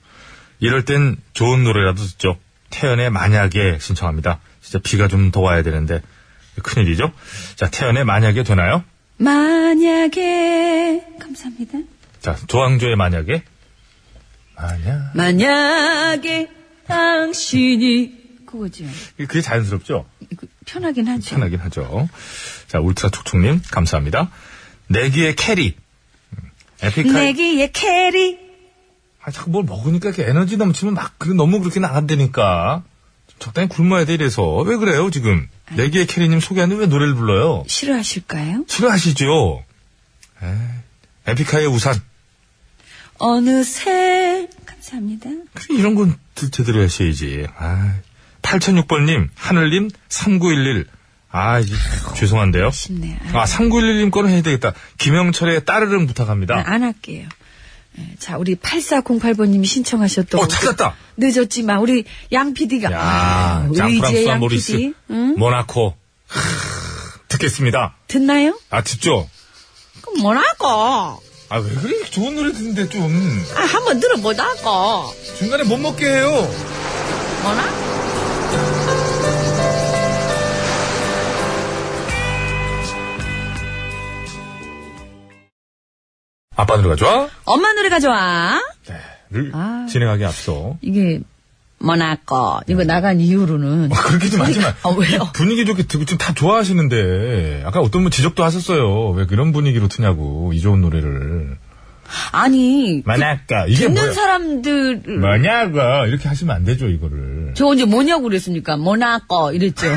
[SPEAKER 11] 이럴 땐 좋은 노래라도 듣죠. 태연의 만약에 신청합니다. 진짜 비가 좀 더 와야 되는데 큰일이죠. 자, 태연의 만약에 되나요?
[SPEAKER 2] 만약에 감사합니다.
[SPEAKER 11] 자, 조항조의 만약에 만약
[SPEAKER 2] 만약에 당신이 그거죠.
[SPEAKER 11] 그게 자연스럽죠.
[SPEAKER 2] 이거 편하긴 하죠.
[SPEAKER 11] 편하긴 하죠. 자, 울트라 촉촉님 감사합니다. 내기의 캐리 음, 에픽하이
[SPEAKER 2] 내기의 캐리
[SPEAKER 11] 아, 자꾸 뭘 먹으니까 이렇게 에너지 넘치면 막, 그, 너무 그렇게 나간다니까. 좀 적당히 굶어야 돼, 이래서. 왜 그래요, 지금? 내기의 캐리님 소개하는데 왜 노래를 불러요?
[SPEAKER 2] 싫어하실까요?
[SPEAKER 11] 싫어하시죠? 에이, 에픽하의 우산.
[SPEAKER 2] 어느새 감사합니다.
[SPEAKER 11] 그래, 이런 건 드- 제대로 하셔야지. 아, 8006번님, 하늘님, 3911. 아, 이- 죄송한데요.
[SPEAKER 2] 쉽네요.
[SPEAKER 11] 아, 3911님 거는 해야 되겠다. 김영철의 따르릉 부탁합니다.
[SPEAKER 2] 안 할게요. 예, 자, 우리 8408번님이 신청하셨던
[SPEAKER 11] 어, 찾았다!
[SPEAKER 2] 늦었지만 우리 양 PD가 아,
[SPEAKER 11] 야, 짱프랑스와 모리스, 모나코. 하, 듣겠습니다.
[SPEAKER 2] 듣나요?
[SPEAKER 11] 아, 듣죠?
[SPEAKER 4] 그럼 뭐라고?
[SPEAKER 11] 아, 왜 그래? 이렇게 좋은 노래 듣는데 좀.
[SPEAKER 4] 아, 한번 들어보자고.
[SPEAKER 11] 중간에 못 먹게 해요.
[SPEAKER 4] 뭐라?
[SPEAKER 11] 아빠 노래가 좋아?
[SPEAKER 4] 엄마 노래가 좋아.
[SPEAKER 11] 를 진행하기 앞서.
[SPEAKER 2] 이게
[SPEAKER 4] 뭐라고.
[SPEAKER 2] 이거 나간 이후로는
[SPEAKER 11] 아, 그렇게 좀 하지 마.
[SPEAKER 2] 아, 왜요?
[SPEAKER 11] 분위기 좋게 듣고 지금 다 좋아하시는데. 아까 어떤 분 지적도 하셨어요. 왜 그런 분위기로 트냐고. 이 좋은 노래를.
[SPEAKER 2] 아니
[SPEAKER 11] 만약가. 이게
[SPEAKER 2] 듣는
[SPEAKER 11] 뭐야?
[SPEAKER 2] 사람들
[SPEAKER 11] 만약가. 이렇게 하시면 안 되죠, 이거를.
[SPEAKER 2] 저 언제 뭐냐고 그랬습니까? 뭐나꺼
[SPEAKER 11] (laughs)
[SPEAKER 2] 이랬죠.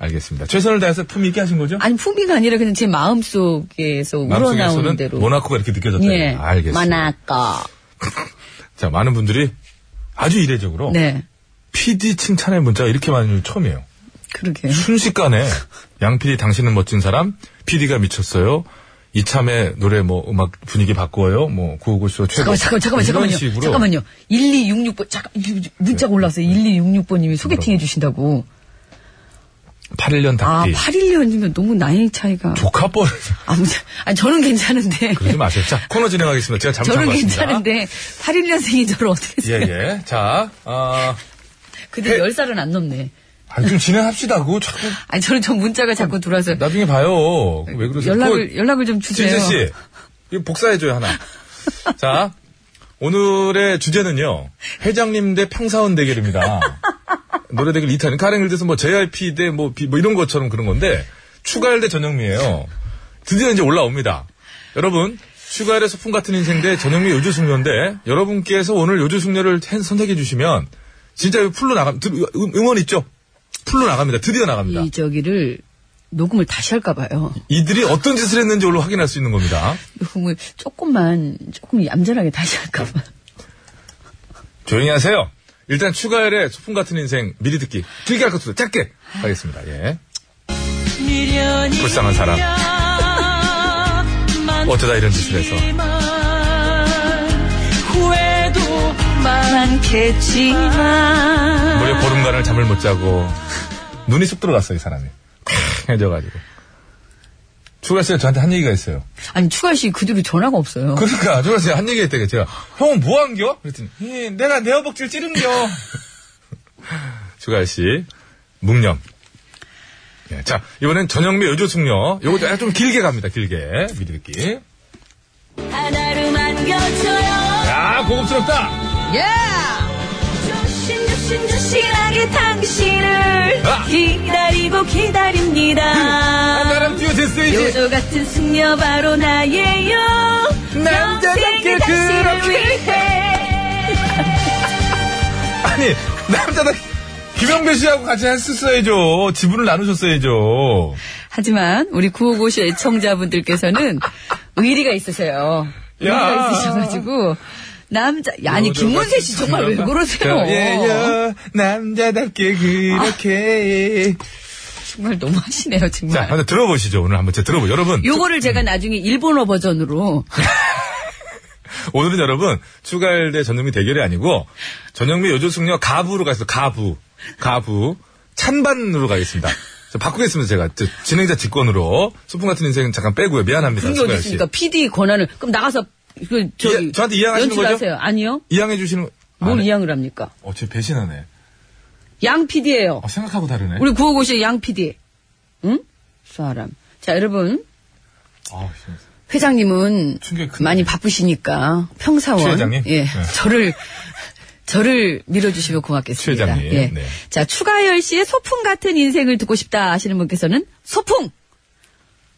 [SPEAKER 11] 알겠습니다. 최선을 다해서 품위 있게 하신 거죠?
[SPEAKER 2] 아니 품위가 아니라 그냥 제 마음 속에서 우러나오는
[SPEAKER 11] 마음속에서는
[SPEAKER 2] 대로.
[SPEAKER 11] 모나코가 이렇게 느껴졌다는
[SPEAKER 2] 예.
[SPEAKER 11] 거. 알겠습니다.
[SPEAKER 2] 뭐나꺼.
[SPEAKER 11] 자, 많은 분들이 아주 이례적으로
[SPEAKER 2] 네,
[SPEAKER 11] PD 칭찬의 문자가 이렇게 많은 건 처음이에요.
[SPEAKER 2] 그러게.
[SPEAKER 11] 순식간에 양 PD 당신은 멋진 사람, PD가 미쳤어요. 이참에 노래 뭐 음악 분위기 바꿔요. 뭐 구호고쇼 최고.
[SPEAKER 2] 잠깐만, 잠깐만,
[SPEAKER 11] 이런
[SPEAKER 2] 잠깐만요.
[SPEAKER 11] 식으로 네.
[SPEAKER 2] 잠깐만요. 1266번, 잠깐, 이- 이- 문자가 올라왔어요. 1266번님이 소개팅 해주신다고.
[SPEAKER 11] 8년
[SPEAKER 2] 아,
[SPEAKER 11] 닭띠.
[SPEAKER 2] 8일년이면 너무 나이 차이가.
[SPEAKER 11] 예. 조카뻘
[SPEAKER 2] 아, 무 아니, 저는 괜찮은데.
[SPEAKER 11] 그러지 마세요. 자 코너 진행하겠습니다. 제가
[SPEAKER 2] (laughs)
[SPEAKER 11] 잠깐
[SPEAKER 2] 저는
[SPEAKER 11] 봤습니다.
[SPEAKER 2] 괜찮은데, 81년생이 저를 어떻게 생각,
[SPEAKER 11] 예예. 자, 아,
[SPEAKER 2] 근데 10살은 안 넘네.
[SPEAKER 11] 아, 좀 진행합시다. 그 자꾸
[SPEAKER 2] 아니, 저는 저 문자가 자꾸 들어와서,
[SPEAKER 11] 나중에 봐요. 왜 그러세요?
[SPEAKER 2] 연락을,
[SPEAKER 11] 그거
[SPEAKER 2] 연락을 좀 주세요.
[SPEAKER 11] 진재 씨, 이거 복사해줘요 하나. 자, 오늘의 주제는요. 회장님 대 평사원 대결입니다. 노래 대결 2탄. 가령 예를 들어서 뭐 JRP 대 뭐 이런 것처럼 그런 건데 추가열 대 전영미예요. 드디어 이제 올라옵니다. 여러분. 추가열의 소풍 같은 인생 대 전영미 요주 숙녀인데 여러분께서 오늘 요주 숙녀를 hen- 선택해 주시면 진짜 이거 풀로 나갑 드- 음, 응- 응원 있죠? 풀로 나갑니다. 드디어 나갑니다.
[SPEAKER 2] 이 저기를, 녹음을 다시 할까봐요.
[SPEAKER 11] 이들이 어떤 짓을 했는지 오늘 확인할 수 있는 겁니다.
[SPEAKER 2] 녹음을 조금만, 조금 얌전하게 다시 할까봐.
[SPEAKER 11] 조용히 하세요. 일단 추가열의 소풍 같은 인생 미리 듣기 길게 할 것보다 짧게 하겠습니다. 예. 불쌍한 사람. 어쩌다 이런 짓을 해서 무려 보름간을 잠을 못 자고 눈이 쑥 들어갔어요 이 사람이. 콱 해져가지고. 추가열 씨가 저한테 한 얘기가 있어요.
[SPEAKER 2] 아니, 추가 씨, 그 뒤로 전화가 없어요.
[SPEAKER 11] 그러니까 조라 씨가 한 얘기 했대요. 제가 형 뭐한겨? 그랬더니 예, 내가 내 허벅지를 찌른겨. (laughs) 조라 씨 묵념. 예, 자 이번엔 전영미 여조숙녀 요거 좀- 좀 길게 갑니다. 길게 미리 듣기.
[SPEAKER 4] 하나를 만겨줘요.
[SPEAKER 11] 야 고급스럽다.
[SPEAKER 4] 조심조심조심하게 당신을
[SPEAKER 11] 아!
[SPEAKER 4] 기다리고 기다립니다.
[SPEAKER 11] 음. 나랑 듀오 됐어.
[SPEAKER 1] 그거이지.
[SPEAKER 4] 요조 같은 숙녀 바로 나예요.
[SPEAKER 1] 남자답게
[SPEAKER 4] 평생의 당신을
[SPEAKER 1] 그렇게.
[SPEAKER 4] 위해.
[SPEAKER 11] 아니 남자다 김영배 씨하고 같이 했었어야죠. 지분을 나누셨어야죠.
[SPEAKER 2] 하지만 우리 9555쇼 애청자분들께서는 의리가 있으세요. 의리가
[SPEAKER 11] 야.
[SPEAKER 2] 있으셔가지고 남자 야, 아니
[SPEAKER 11] 요즘
[SPEAKER 2] 김문세 씨
[SPEAKER 11] 같은
[SPEAKER 2] 정말 왜
[SPEAKER 11] 사람아.
[SPEAKER 2] 그러세요?
[SPEAKER 1] 예요 남자답게
[SPEAKER 11] 그
[SPEAKER 1] 그렇게
[SPEAKER 2] 정말 너무하시네요
[SPEAKER 11] 자,
[SPEAKER 2] 정말.
[SPEAKER 11] 한번 들어보시죠. 오늘 한번 제 들어보. 여러분,
[SPEAKER 2] 요거를 제가 나중에 일본어 버전으로
[SPEAKER 11] 오늘은 여러분 추가열대 전영미 대결이 아니고 전영미 요조숙녀 가부로 가겠습니다. 가부, 가부 찬반으로 가겠습니다. 자, 바꾸겠습니다. 제가 저, 진행자 직권으로 소풍 같은 인생 잠깐 빼고요. 미안합니다.
[SPEAKER 2] 그게 어디
[SPEAKER 11] 추가열 씨.
[SPEAKER 2] 있습니까? PD 권한을 그럼 나가서 그 저기
[SPEAKER 11] 예, 저한테 이양하시는 거죠?
[SPEAKER 2] 연출하세요. 아니요.
[SPEAKER 11] 이양해 주시는.
[SPEAKER 2] 뭘
[SPEAKER 11] 아,
[SPEAKER 2] 이양을 합니까?
[SPEAKER 11] 어, 쟤 배신하네.
[SPEAKER 2] 양 PD예요.
[SPEAKER 11] 어, 생각하고 다르네.
[SPEAKER 2] 우리 9555쇼 양 PD. 응? 사람. 자 여러분
[SPEAKER 11] 아,
[SPEAKER 2] 회장님은
[SPEAKER 11] 충격이 크네.
[SPEAKER 2] 많이 바쁘시니까 평사원
[SPEAKER 11] 추 회장님?
[SPEAKER 2] 예
[SPEAKER 11] 네.
[SPEAKER 2] 저를 저를 밀어주시면 고맙겠습니다.
[SPEAKER 11] 추 회장님,
[SPEAKER 2] 예.
[SPEAKER 11] 네.
[SPEAKER 2] 자 추가열 씨의 소풍 같은 인생을 듣고 싶다 하시는 분께서는 소풍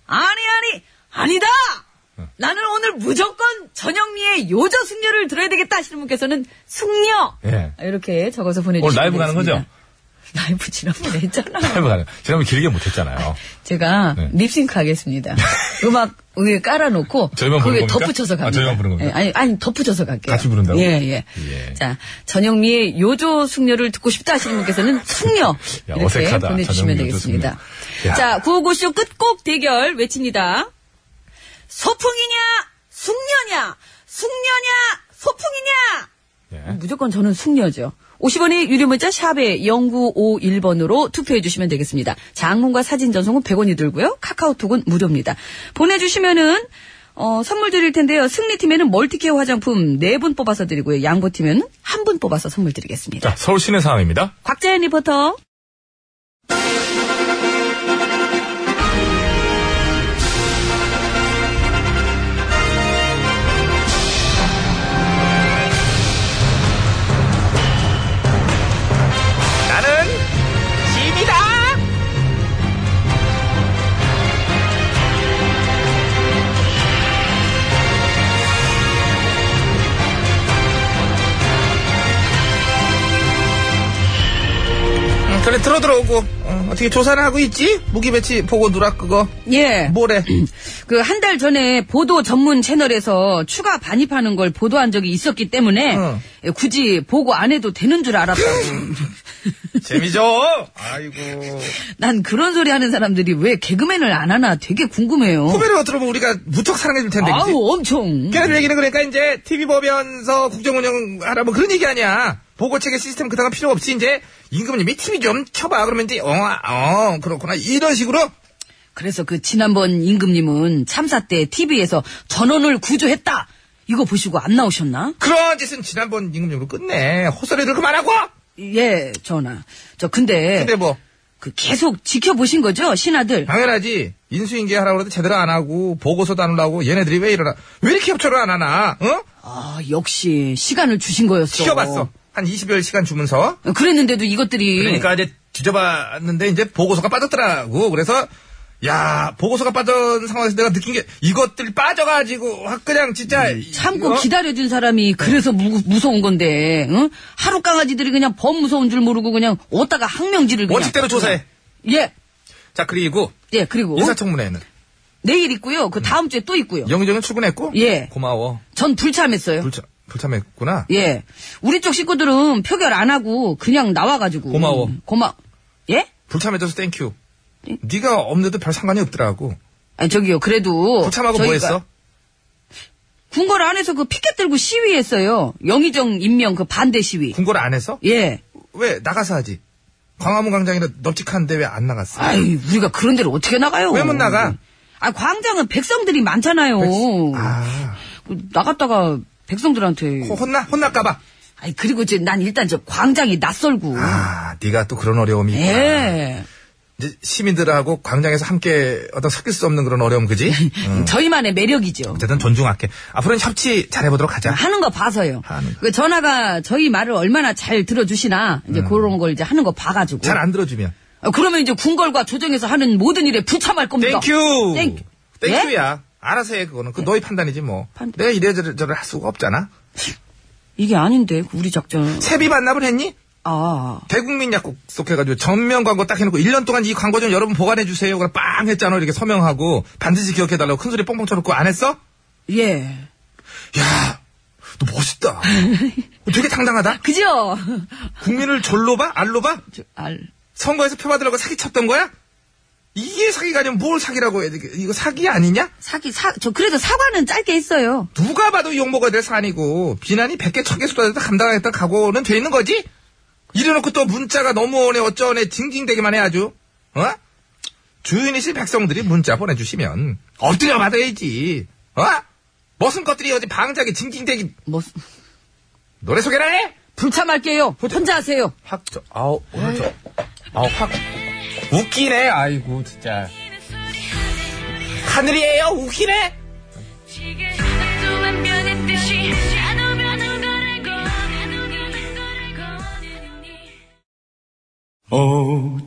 [SPEAKER 2] 아니 아니 아니다. 나는 오늘 무조건 전영미의 요저 숙녀를 들어야 되겠다 하시는 분께서는 숙녀
[SPEAKER 11] 예.
[SPEAKER 2] 이렇게 적어서 보내주시면
[SPEAKER 11] 오늘 라이브 가는
[SPEAKER 2] 되겠습니다.
[SPEAKER 11] 거죠?
[SPEAKER 2] 라이브 지난번에 했잖아.
[SPEAKER 11] (laughs) 짧아 가네. 지난번 길게 못했잖아요.
[SPEAKER 2] 제가
[SPEAKER 11] 네.
[SPEAKER 2] 립싱크 하겠습니다. 음악 위에 깔아놓고
[SPEAKER 11] 저희만
[SPEAKER 2] 거기에
[SPEAKER 11] 부르는 겁니까?
[SPEAKER 2] 덧붙여서
[SPEAKER 11] 아,
[SPEAKER 2] 갑니다.
[SPEAKER 11] 저희만 부르는 겁니까?
[SPEAKER 2] 예, 아니 아니 덧붙여서 갈게요.
[SPEAKER 11] 같이 부른다고?
[SPEAKER 2] 예 예.
[SPEAKER 11] 예.
[SPEAKER 2] 자 전영미의 요조 숙녀를 듣고 싶다 하시는
[SPEAKER 11] (laughs)
[SPEAKER 2] 분께서는 숙녀
[SPEAKER 11] 야,
[SPEAKER 2] 이렇게
[SPEAKER 11] 어색하다.
[SPEAKER 2] 보내주시면
[SPEAKER 11] 전영미 요조
[SPEAKER 2] 되겠습니다.
[SPEAKER 11] 숙녀. 야.
[SPEAKER 2] 자 구호고쇼 끝곡 대결 외칩니다. 소풍이냐 숙녀냐 숙녀냐 소풍이냐
[SPEAKER 11] 예.
[SPEAKER 2] 무조건 저는 숙녀죠. 50원의 유료 문자 샵에 0951번으로 투표해 주시면 되겠습니다. 장문과 사진 전송은 100원이 들고요. 카카오톡은 무료입니다. 보내주시면은 어, 선물 드릴 텐데요. 승리팀에는 멀티케어 화장품 4분 뽑아서 드리고요. 양보팀에는 1분 뽑아서 선물 드리겠습니다.
[SPEAKER 11] 자, 서울 시내 상황입니다.
[SPEAKER 2] 곽자연 리포터.
[SPEAKER 1] 나는 짐이다. 그래 들어 들어오고 어, 어떻게 조사를 하고 있지? 무기 배치 보고 누락 그거
[SPEAKER 2] 예.
[SPEAKER 1] 뭐래?
[SPEAKER 2] (clears throat) 그 한 달 전에 보도 전문 채널에서 추가 반입하는 걸 보도한 적이 있었기 때문에
[SPEAKER 1] 응.
[SPEAKER 2] 예, 굳이 보고 안 해도 되는 줄 알았다고.
[SPEAKER 1] (clears throat) 재미죠? 아이고
[SPEAKER 2] 난 그런 소리 하는 사람들이 왜 개그맨을 안 하나 되게 궁금해요.
[SPEAKER 1] (laughs) 후배를 어으로면 우리가 무척 사랑해줄 텐데 그치?
[SPEAKER 2] 아우 엄청.
[SPEAKER 1] 걔네들 얘기는 그러니까 이제 TV 보면서 국정운영하라 뭐 그런 얘기 아니야. 보고체계 시스템 그다가 필요 없이 이제 임금님이 TV 좀 켜봐 그러면 이제 어어 그렇구나 이런 식으로
[SPEAKER 2] 그래서 그 지난번 임금님은 참사 때 TV에서 전원을 구조했다. 이거 보시고 안 나오셨나?
[SPEAKER 1] 그런 짓은 지난번 임금님으로 끝내 헛소리들 그만하고.
[SPEAKER 2] 예, 전화. 저 근데,
[SPEAKER 1] 근데 뭐 아.
[SPEAKER 2] 그 계속 지켜보신 거죠, 신하들?
[SPEAKER 1] 당연하지 인수인계 하라고 해도 제대로 안 하고 보고서도 안 올라오고 얘네들이 왜 이러나 왜 이렇게 협조를 안 하나? 어?
[SPEAKER 2] 아, 역시 시간을 주신 거였어.
[SPEAKER 1] 지켜봤어 한 20여 시간 주면서
[SPEAKER 2] 그랬는데도 이것들이
[SPEAKER 1] 그러니까 이제 뒤져봤는데 이제 보고서가 빠졌더라고. 그래서 야 보고서가 빠진 상황에서 내가 느낀 게 이것들 빠져가지고 확 그냥 진짜
[SPEAKER 2] 음, 참고
[SPEAKER 1] 어?
[SPEAKER 2] 기다려준 사람이 그래서 무, 서운 건데 응? 하루 강아지들이 그냥 범 무서운 줄 모르고 그냥 어디다가 항명질을 그냥
[SPEAKER 1] 원칙대로 조사해.
[SPEAKER 2] 예,
[SPEAKER 1] 자 그리고
[SPEAKER 2] 예 그리고
[SPEAKER 1] 인사청문회는
[SPEAKER 2] 내일 있고요. 그 다음 주에 또 있고요.
[SPEAKER 1] 영정은 출근했고
[SPEAKER 2] 예.
[SPEAKER 1] 고마워
[SPEAKER 2] 전 불참했어요.
[SPEAKER 1] 불참 불참했구나.
[SPEAKER 2] 예, 우리 쪽 식구들은 표결 안 하고 그냥 나와가지고 음,
[SPEAKER 1] 고마워.
[SPEAKER 2] 고마 예?
[SPEAKER 1] 불참해줘서 땡큐. 네가 없는데도 별 상관이 없더라고.
[SPEAKER 2] 아니, 저기요. 그래도
[SPEAKER 1] 불참하고
[SPEAKER 2] 저희가
[SPEAKER 1] 뭐 했어?
[SPEAKER 2] 군궐 안에서 그 피켓 들고 시위했어요. 영의정 임명 그 반대 시위.
[SPEAKER 1] 군고를 안 했어?
[SPEAKER 2] 예.
[SPEAKER 1] 왜 나가서 하지? 광화문 광장이라 넓직한데 왜 안 나갔어?
[SPEAKER 2] 아이, 우리가 그런 데를 어떻게 나가요?
[SPEAKER 1] 왜못 나가?
[SPEAKER 2] 아, 광장은 백성들이 많잖아요. 그
[SPEAKER 1] 아
[SPEAKER 2] 나갔다가 백성들한테.
[SPEAKER 1] 호- 어, 혼나 혼날까봐.
[SPEAKER 2] 아니, 그리고 이제 난 일단 저 광장이 낯설고.
[SPEAKER 1] 아 네가 또 그런 어려움이 있구나.
[SPEAKER 2] 예.
[SPEAKER 1] 이제 시민들하고 광장에서 함께 어떤 섞일 수 없는 그런 어려움 그지?
[SPEAKER 2] (laughs)
[SPEAKER 1] 응.
[SPEAKER 2] 저희만의 매력이죠.
[SPEAKER 1] 어쨌든 존중할게. 앞으로는 협치 잘해보도록 하자.
[SPEAKER 2] 하는 거 봐서요.
[SPEAKER 1] 하는 거.
[SPEAKER 2] 그 전화가 저희 말을 얼마나 잘 들어주시나, 이제 그런 걸 이제 하는 거 봐가지고.
[SPEAKER 1] 잘 안 들어주면
[SPEAKER 2] 아, 그러면 이제 궁궐과 조정에서 하는 모든 일에 부참할 겁니다. 예?
[SPEAKER 1] 땡큐.
[SPEAKER 2] 땡-
[SPEAKER 1] 땡큐야. 알아서 해 그거는. 그 너희 판단이지 뭐.
[SPEAKER 2] 예. 판단.
[SPEAKER 1] 내가 이래저래 할 수가 없잖아.
[SPEAKER 2] 이게 아닌데 우리 작전.
[SPEAKER 1] 세비 반납을 했니?
[SPEAKER 2] 아
[SPEAKER 1] 대국민 약국 속해가지고 전면 광고 딱 해놓고 1년 동안 이 광고 좀 여러분 보관해 주세요. 그럼 빵 했잖아. 이렇게 서명하고 반드시 기억해달라고 큰 소리 뻥뻥 쳐놓고 안 했어?
[SPEAKER 2] 예.
[SPEAKER 1] 야, 너 멋있다. 되게 당당하다.
[SPEAKER 2] 그죠? (laughs)
[SPEAKER 1] 국민을 졸로 봐? 알로 봐?
[SPEAKER 2] 저, 알.
[SPEAKER 1] 선거에서 표 받으려고 사기 쳤던 거야? 이게 사기가 아니면 뭘 사기라고 해야 되 이거 사기 아니냐?
[SPEAKER 2] 사기 사 저 그래도 사과는 짧게 했어요.
[SPEAKER 1] 누가 봐도 욕먹어야 될 사안이고 비난이 100개 1000개 쏟아져서 감당하겠다 각오는 돼 있는 거지? 이래놓고 또 문자가 너무 오네 어쩌네 징징대기만 해 아주 어? 주인이신 백성들이 문자 보내주시면 엎드려 받아야지 어? 머슴 것들이 어디 방작에 징징대기
[SPEAKER 2] 뭐
[SPEAKER 1] 노래 소개나 해?
[SPEAKER 2] 불참할게요. 혼자 하세요.
[SPEAKER 1] 확 저, 아우 오늘 저 아우 확 웃기네 아이고 진짜 하늘이에요 웃기네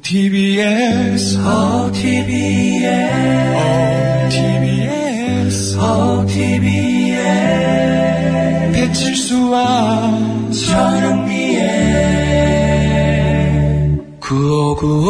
[SPEAKER 14] OTBS, OTBS, OTBS, OTBS, 배칠수와 저녁미에 구호구호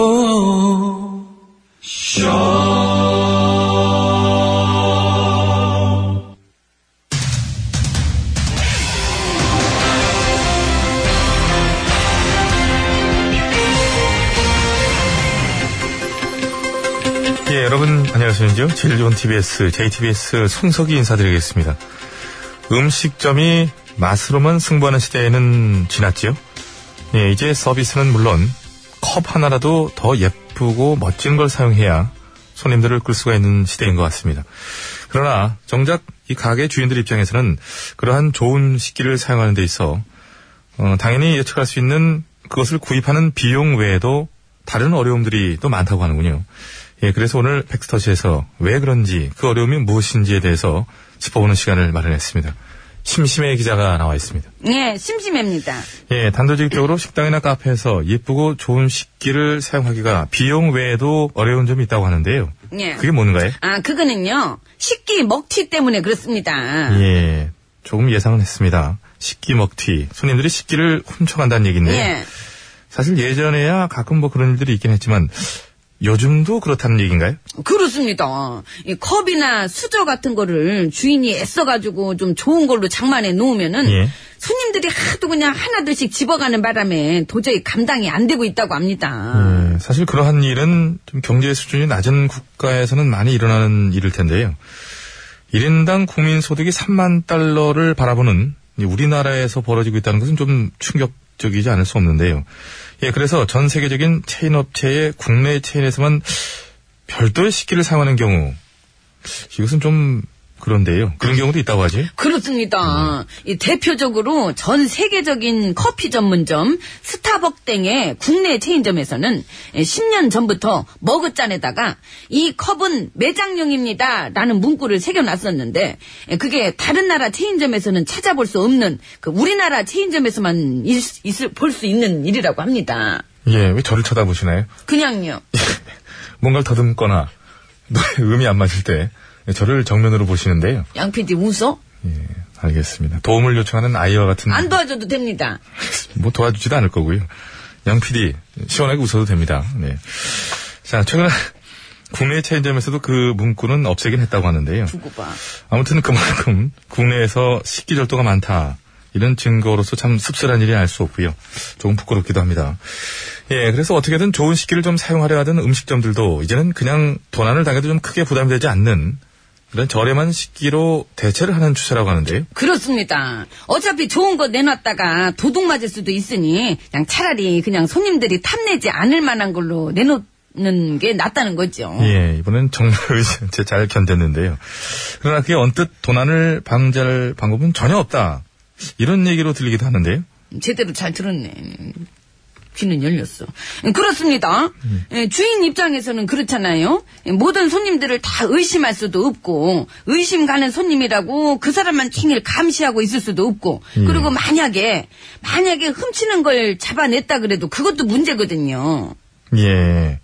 [SPEAKER 11] 예, 여러분 안녕하세요. 제일 좋은 TBS, JTBS 손석희 인사드리겠습니다. 음식점이 맛으로만 승부하는 시대에는 지났지요. 예, 이제 서비스는 물론 컵 하나라도 더 예쁘고 멋진 걸 사용해야 손님들을 끌 수가 있는 시대인 것 같습니다. 그러나 정작 이 가게 주인들 입장에서는 그러한 좋은 식기를 사용하는 데 있어 어, 당연히 예측할 수 있는 그것을 구입하는 비용 외에도 다른 어려움들이 또 많다고 하는군요. 예, 그래서 오늘 팩스터치에서 왜 그런지 그 어려움이 무엇인지에 대해서 짚어보는 시간을 마련했습니다. 심심해 기자가 나와 있습니다.
[SPEAKER 2] 예, 심심합니다.
[SPEAKER 11] 예, 단도직입적으로 식당이나 카페에서 예쁘고 좋은 식기를 사용하기가 비용 외에도 어려운 점이 있다고 하는데요.
[SPEAKER 2] 예.
[SPEAKER 11] 그게 뭔가요?
[SPEAKER 2] 아 그거는요 식기 먹튀 때문에 그렇습니다.
[SPEAKER 11] 예, 조금 예상은 했습니다. 식기 먹튀. 손님들이 식기를 훔쳐간다는 얘기인데요.
[SPEAKER 2] 예.
[SPEAKER 11] 사실 예전에야 가끔 뭐 그런 일들이 있긴 했지만 요즘도 그렇다는 얘기인가요?
[SPEAKER 2] 그렇습니다. 이 컵이나 수저 같은 거를 주인이 애써가지고 좀 좋은 걸로 장만해 놓으면은
[SPEAKER 11] 예.
[SPEAKER 2] 손님들이 하도 그냥 하나둘씩 집어가는 바람에 도저히 감당이 안 되고 있다고 합니다.
[SPEAKER 11] 예, 사실 그러한 일은 좀 경제 수준이 낮은 국가에서는 많이 일어나는 일일 텐데요. 1인당 국민 소득이 3만 달러를 바라보는 이 우리나라에서 벌어지고 있다는 것은 좀 충격적이지 않을 수 없는데요. 예, 그래서 전 세계적인 체인 업체의 국내 체인에서만 별도의 식기를 사용하는 경우 이것은 좀 그런데요. 그런 경우도 있다고 하지?
[SPEAKER 2] 그렇습니다. 이 대표적으로 전 세계적인 커피 전문점 스타벅 등의 국내 체인점에서는 10년 전부터 머그잔에다가 이 컵은 매장용입니다. 라는 문구를 새겨놨었는데 그게 다른 나라 체인점에서는 찾아볼 수 없는 그 우리나라 체인점에서만 볼 수 있는 일이라고 합니다.
[SPEAKER 11] 예, 왜 저를 쳐다보시나요?
[SPEAKER 2] 그냥요.
[SPEAKER 11] 뭔가를 더듬거나 노래 음이 안 맞을 때 저를 정면으로 보시는데요.
[SPEAKER 2] 양 PD 웃어?
[SPEAKER 11] 예, 알겠습니다. 도움을 요청하는 아이와 같은
[SPEAKER 2] 안 도와줘도 됩니다.
[SPEAKER 11] 뭐 도와주지도 않을 거고요. 양 PD 시원하게 웃어도 됩니다. 네. 자, 최근에 (laughs) 국내 체인점에서도 그 문구는 없애긴 했다고 하는데요.
[SPEAKER 2] 두고 봐.
[SPEAKER 11] 아무튼 그만큼 국내에서 식기절도가 많다. 이런 증거로서 참 씁쓸한 일이 알 수 없고요. 조금 부끄럽기도 합니다. 예, 그래서 어떻게든 좋은 식기를 좀 사용하려 하던 음식점들도 이제는 그냥 도난을 당해도 좀 크게 부담이 되지 않는 그런 저렴한 식기로 대체를 하는 추세라고 하는데요.
[SPEAKER 2] 그렇습니다. 어차피 좋은 거 내놨다가 도둑 맞을 수도 있으니 그냥 차라리 그냥 손님들이 탐내지 않을 만한 걸로 내놓는 게 낫다는 거죠.
[SPEAKER 11] 예, 이번엔 정말 의심치 잘 견뎠는데요. 그러나 그게 언뜻 도난을 방지할 방법은 전혀 없다. 이런 얘기로 들리기도 하는데요.
[SPEAKER 2] 제대로 잘 들었네. 귀는 열렸어. 그렇습니다. 예, 주인 입장에서는 그렇잖아요. 예, 모든 손님들을 다 의심할 수도 없고 의심 가는 손님이라고 그 사람만 킹을 감시하고 있을 수도 없고 그리고 만약에 만약에 훔치는 걸 잡아냈다 그래도 그것도 문제거든요.
[SPEAKER 11] 예.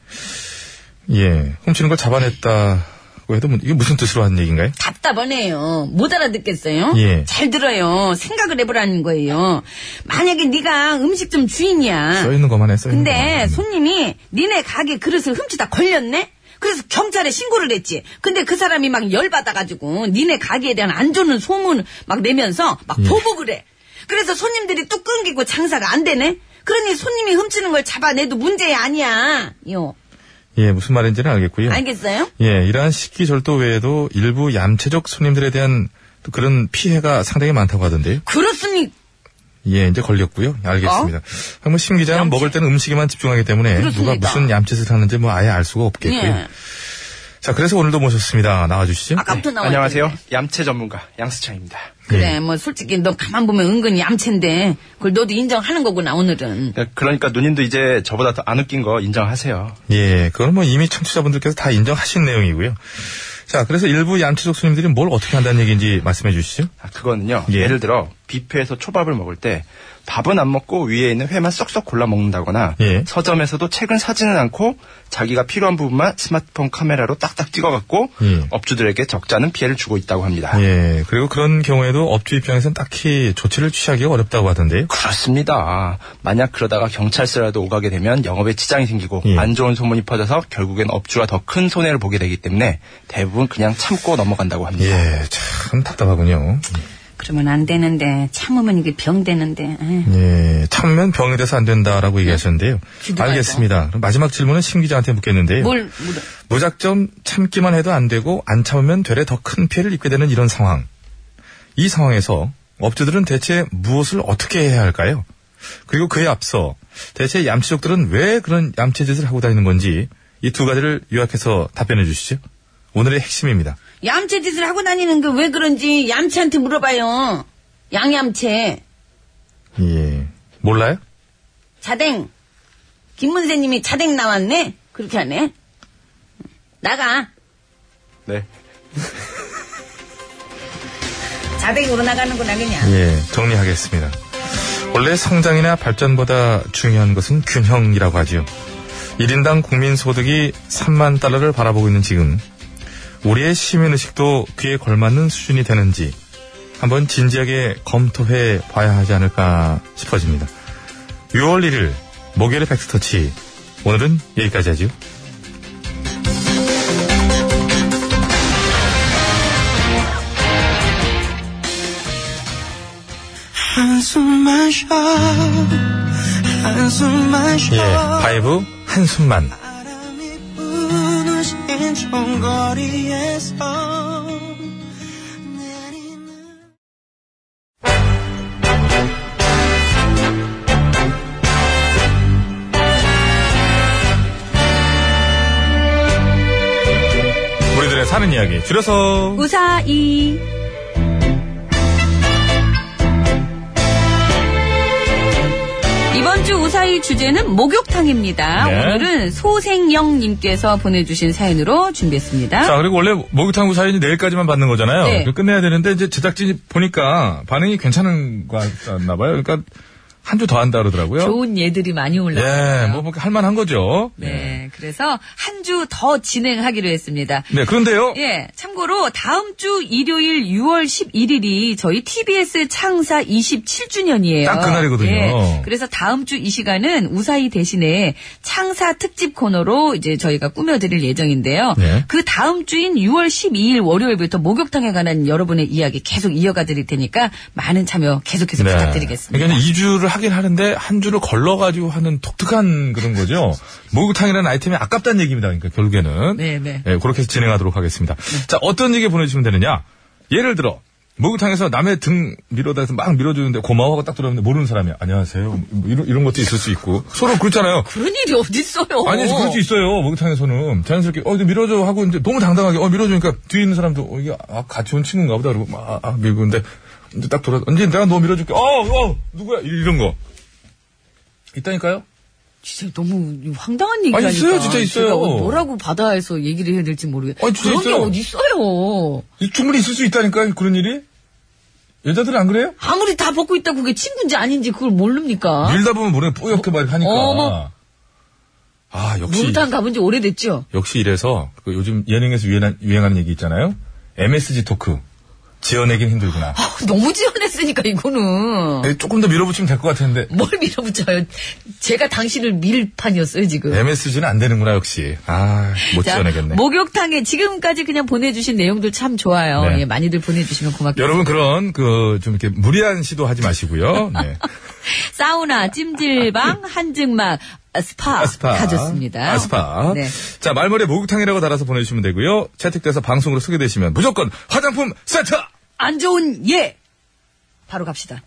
[SPEAKER 11] 예. 훔치는 걸 잡아냈다고 해도 뭐- 이게 무슨 뜻으로 하는 얘기인가요?
[SPEAKER 4] 답답하네요. 못 알아듣겠어요?
[SPEAKER 11] 예.
[SPEAKER 4] 잘 들어요. 생각을 해보라는 거예요. 만약에 네가 음식점 주인이야.
[SPEAKER 11] 써 있는 것만 해, 써 있는
[SPEAKER 4] 근데
[SPEAKER 11] 것만.
[SPEAKER 4] 손님이 니네 가게 그릇을 훔치다 걸렸네? 그래서 경찰에 신고를 했지. 근데 그 사람이 막 열받아가지고 니네 가게에 대한 안 좋은 소문을 막 내면서 막 보복을 해. 그래서 손님들이 뚝 끊기고 장사가 안 되네? 그러니 손님이 훔치는 걸 잡아내도 문제 아니야. 요.
[SPEAKER 11] 예, 무슨 말인지는 알겠고요.
[SPEAKER 4] 알겠어요?
[SPEAKER 11] 예, 이러한 식기절도 외에도 일부 얌체적 손님들에 대한 또 그런 피해가 상당히 많다고 하던데요.
[SPEAKER 4] 그렇습니까?
[SPEAKER 11] 예, 이제 걸렸고요. 알겠습니다. 한번 심 기자는 먹을 때는 음식에만 집중하기 때문에
[SPEAKER 4] 어? 그렇습니다.
[SPEAKER 11] 누가 무슨 얌짓을 하는지 뭐 아예 알 수가 없겠고요.
[SPEAKER 4] 예.
[SPEAKER 11] 자, 그래서 오늘도 모셨습니다. 나와주시죠.
[SPEAKER 4] 아까부터 나와
[SPEAKER 12] 네, 안녕하세요.
[SPEAKER 4] 있는데.
[SPEAKER 12] 얌체 전문가 양수창입니다.
[SPEAKER 4] 그래, 뭐, 솔직히 너 가만 보면 은근히 얌체인데, 그걸 너도 인정하는 거구나, 오늘은.
[SPEAKER 12] 그러니까 누님도 이제 저보다 더 안 웃긴 거 인정하세요.
[SPEAKER 11] 예, 그건 뭐 이미 청취자분들께서 다 인정하신 내용이고요. 자, 그래서 일부 얌체적 손님들이 뭘 어떻게 한다는 얘기인지 말씀해 주시죠.
[SPEAKER 12] 아, 그거는요.
[SPEAKER 11] 예.
[SPEAKER 12] 예. 를 들어 뷔페에서 초밥을 먹을 때 밥은 안 먹고 위에 있는 회만 쏙쏙 골라 먹는다거나
[SPEAKER 11] 예.
[SPEAKER 12] 서점에서도 책은 사지는 않고 자기가 필요한 부분만 스마트폰 카메라로 딱딱 찍어갖고
[SPEAKER 11] 예.
[SPEAKER 12] 업주들에게 적잖은 피해를 주고 있다고 합니다.
[SPEAKER 11] 예, 그리고 그런 경우에도 업주 입장에선 딱히 조치를 취하기가 어렵다고 하던데요.
[SPEAKER 12] 그렇습니다. 만약 그러다가 경찰서라도 오가게 되면 영업에 지장이 생기고
[SPEAKER 11] 예.
[SPEAKER 12] 안 좋은 소문이 퍼져서 결국엔 업주가 더 큰 손해를 보게 되기 때문에 대부분 그냥 참고 넘어간다고 합니다.
[SPEAKER 11] 예, 참 답답하군요.
[SPEAKER 4] 그러면 안 되는데, 참으면 이게 병 되는데, 에이.
[SPEAKER 11] 예, 참으면 병이 돼서 안 된다라고 얘기하셨는데요.
[SPEAKER 4] 네, 기도하죠.
[SPEAKER 11] 알겠습니다. 그럼 마지막 질문은 심 기자한테 묻겠는데요.
[SPEAKER 4] 뭘, 뭐, 물어.
[SPEAKER 11] 무작정 참기만 해도 안 되고 안 참으면 되레 더 큰 피해를 입게 되는 이런 상황. 이 상황에서 업주들은 대체 무엇을 어떻게 해야 할까요? 그리고 그에 앞서 대체 얌체족들은 왜 그런 얌체짓을 하고 다니는 건지 이 두 가지를 요약해서 답변해 주시죠. 오늘의 핵심입니다.
[SPEAKER 4] 얌체 짓을 하고 다니는 게 왜 그런지 얌체한테 물어봐요. 양얌체.
[SPEAKER 11] 예. 몰라요?
[SPEAKER 4] 자댕. 김문세님이 자댕 나왔네? 그렇게 하네? 나가.
[SPEAKER 12] 네.
[SPEAKER 4] 자댕으로 나가는구나, 그냥.
[SPEAKER 11] 예. 정리하겠습니다. 원래 성장이나 발전보다 중요한 것은 균형이라고 하지요. 1인당 국민소득이 3만 달러를 바라보고 있는 지금 우리의 시민의식도 귀에 걸맞는 수준이 되는지 한번 진지하게 검토해 봐야 하지 않을까 싶어집니다. 6월 1일 목요일의 팩스터치 오늘은 여기까지 하죠.
[SPEAKER 14] 한숨만 쉬어 한숨만 쉬어
[SPEAKER 11] 예, 바이브 한숨만
[SPEAKER 14] 바람이 부는 신촌거리에서 내리는
[SPEAKER 11] 우리들의 사는 이야기 줄여서
[SPEAKER 4] 우사이. 이번 주 우사이 주제는 목욕탕입니다.
[SPEAKER 11] 네.
[SPEAKER 4] 오늘은 소생영님께서 보내주신 사연으로
[SPEAKER 2] 아?
[SPEAKER 4] 준비했습니다.
[SPEAKER 11] 자, 그리고 원래 목욕탕구 사연이 내일까지만 받는 거잖아요.
[SPEAKER 4] 네.
[SPEAKER 11] 그걸 끝내야 되는데, 이제 제작진이 보니까 반응이 괜찮은 것 같나봐요. 그러니까, 한 주 더 한다 그러더라고요.
[SPEAKER 2] 좋은 예들이 많이
[SPEAKER 11] 예,
[SPEAKER 2] 올라와요.
[SPEAKER 11] 뭐, 뭐 할만한 거죠.
[SPEAKER 2] 네, 그래서 한 주 더 진행하기로 했습니다.
[SPEAKER 11] 네, 그런데요.
[SPEAKER 2] 예, 참고로 다음 주 일요일 6월 11일이 저희 TBS 창사 27주년이에요. 예,
[SPEAKER 11] 딱 그날이거든요.
[SPEAKER 2] 그래서 다음 주 이 시간은 우사히 대신에 창사 특집 코너로 이제 저희가 꾸며드릴 예정인데요.
[SPEAKER 11] 네.
[SPEAKER 2] 그 다음 주인 6월 12일 월요일부터 목욕탕에 관한 여러분의 이야기 계속 이어가 드릴 테니까 많은 참여 계속해서
[SPEAKER 11] 네.
[SPEAKER 2] 부탁드리겠습니다.
[SPEAKER 11] 그러니까 2주를 하긴 하는데, 한 주를 걸러가지고 하는 독특한 그런 거죠. 목욕탕이라는 아이템이 아깝다는 얘기입니다. 그러니까, 결국에는.
[SPEAKER 2] 네, 네.
[SPEAKER 11] 예, 그렇게 해서 진행하도록 하겠습니다. 자, 어떤 얘기 보내주시면 되느냐. 예를 들어, 목욕탕에서 남의 등 밀어다 해서 막 밀어주는데 고마워하고 딱 들어오는데 모르는 사람이야. 안녕하세요. 뭐 이런, 이런 것도 있을 수 있고. 서로 그렇잖아요.
[SPEAKER 2] 그런 일이 어딨어요.
[SPEAKER 11] 아니, 그럴 수 있어요. 목욕탕에서는. 자연스럽게, 어, 이제 밀어줘 하고 이제 너무 당당하게, 어, 밀어주니까 뒤에 있는 사람도, 어, 이게, 아, 같이 온 친구인가 보다. 그러고 막, 아, 밀고. 근데, 이제 딱 돌아, 언제 내가 너 밀어줄게. 어, 어, 누구야. 이- 이런 거. 있다니까요?
[SPEAKER 2] 진짜 너무 황당한 얘기하니까.
[SPEAKER 11] 아니, 있어요, 진짜 있어요.
[SPEAKER 2] 제가 뭐라고 받아야 해서 얘기를 해야 될지 모르겠어요.
[SPEAKER 11] 아니, 진짜
[SPEAKER 2] 그런
[SPEAKER 11] 있어요.
[SPEAKER 2] 게 어디 있어요.
[SPEAKER 11] 이- 충분히 있을 수 있다니까요. 그런 일이? 여자들은 안 그래요?
[SPEAKER 2] 아무리 다 벗고 있다고 그게 친구인지 아닌지 그걸 모릅니까?
[SPEAKER 11] 밀다 보면 모르게 뽀얗게 막 이렇게 하니까.
[SPEAKER 2] 어머.
[SPEAKER 11] 아, 역시.
[SPEAKER 2] 노루탕 가본 지 오래됐죠?
[SPEAKER 11] 역시 이래서 그 요즘 예능에서 유행한, 유행하는 얘기 있잖아요. MSG 토크. 지어내긴 힘들구나.
[SPEAKER 2] 아우, 너무 지원했으니까, 이거는.
[SPEAKER 11] 네, 조금 더 밀어붙이면 될 것 같은데.
[SPEAKER 2] 뭘 밀어붙여요? 제가 당신을 밀 판이었어요, 지금.
[SPEAKER 11] MSG는 안 되는구나, 역시. 아, 못
[SPEAKER 2] 자,
[SPEAKER 11] 네,
[SPEAKER 2] 뭐
[SPEAKER 11] 지어내겠네.
[SPEAKER 2] 목욕탕에 지금까지 그냥 보내주신 내용들 참 좋아요.
[SPEAKER 11] 네.
[SPEAKER 2] 예, 많이들 보내주시면 고맙겠습니다.
[SPEAKER 11] 여러분, 그런, 그, 좀 이렇게 무리한 시도 하지 마시고요. 네.
[SPEAKER 2] 사우나, 찜질방, 한증막, 아, 스파, (laughs)
[SPEAKER 11] 아스파.
[SPEAKER 2] 다 좋습니다.
[SPEAKER 11] 아스파.
[SPEAKER 2] 네.
[SPEAKER 11] 자, 말머리에 목욕탕이라고 달아서 보내주시면 되고요. 채택돼서 방송으로 소개되시면 무조건 화장품 세트!
[SPEAKER 2] 안 좋은 예! 바로 갑시다.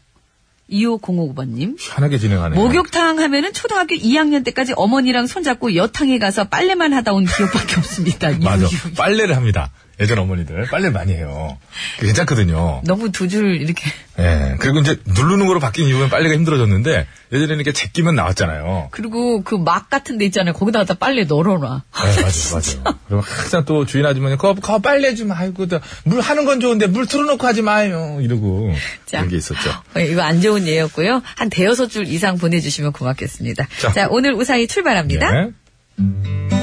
[SPEAKER 2] 25059번님.
[SPEAKER 11] 편하게 진행하네요.
[SPEAKER 2] 목욕탕 하면은 초등학교 2학년 때까지 어머니랑 손잡고 여탕에 가서 빨래만 하다 온 기억밖에 없습니다. 이유,
[SPEAKER 11] (laughs) 맞아.
[SPEAKER 2] 이유.
[SPEAKER 11] 빨래를 합니다. 예전 어머니들. 빨래 많이 해요. 그게 괜찮거든요.
[SPEAKER 2] 너무 두 줄 이렇게.
[SPEAKER 11] 예. 그리고 이제 누르는 거로 바뀐 이후엔 빨래가 힘들어졌는데 예전에는 이렇게 제끼면 나왔잖아요.
[SPEAKER 2] 그리고 그 막 같은 데 있잖아요. 거기다가 다 빨래 널어놔.
[SPEAKER 11] 네, 맞아요, 맞아요. 그럼 항상 또 주인 아줌마는 그거, 그거 빨래 좀 아이고 또물 하는 건 좋은데 물 틀어놓고 하지 마요 이러고
[SPEAKER 2] 자.
[SPEAKER 11] 그런 게 있었죠.
[SPEAKER 2] 어, 이거 안 좋은 예였고요. 한 대여섯 줄 이상 보내주시면 고맙겠습니다.
[SPEAKER 11] 자.
[SPEAKER 2] 자, 오늘 우상이 출발합니다.
[SPEAKER 11] 예.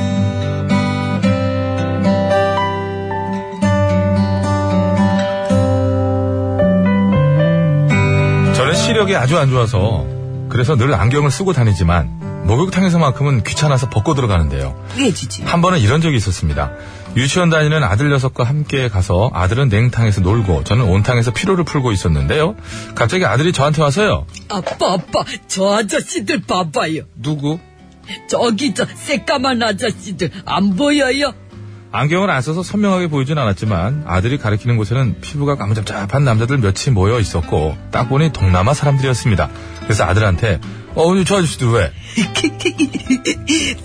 [SPEAKER 11] 저는 시력이 아주 안 좋아서 그래서 늘 안경을 쓰고 다니지만 목욕탕에서만큼은 귀찮아서 벗고 들어가는데요.
[SPEAKER 2] 예지지.
[SPEAKER 11] 한 번은 이런 적이 있었습니다. 유치원 다니는 아들 녀석과 함께 가서 아들은 냉탕에서 놀고 저는 온탕에서 피로를 풀고 있었는데요. 갑자기 아들이 저한테 와서요.
[SPEAKER 10] 아빠, 아빠, 저 아저씨들 봐봐요.
[SPEAKER 11] 누구?
[SPEAKER 10] 저기 저 새까만 아저씨들 안 보여요?
[SPEAKER 11] 안경을 안 써서 선명하게 보이진 않았지만 아들이 가리키는 곳에는 피부가 까무잡잡한 남자들 몇이 모여 있었고 딱 보니 동남아 사람들이었습니다. 그래서 아들한테 어, 오늘 저 아저씨도 왜?
[SPEAKER 10] (laughs)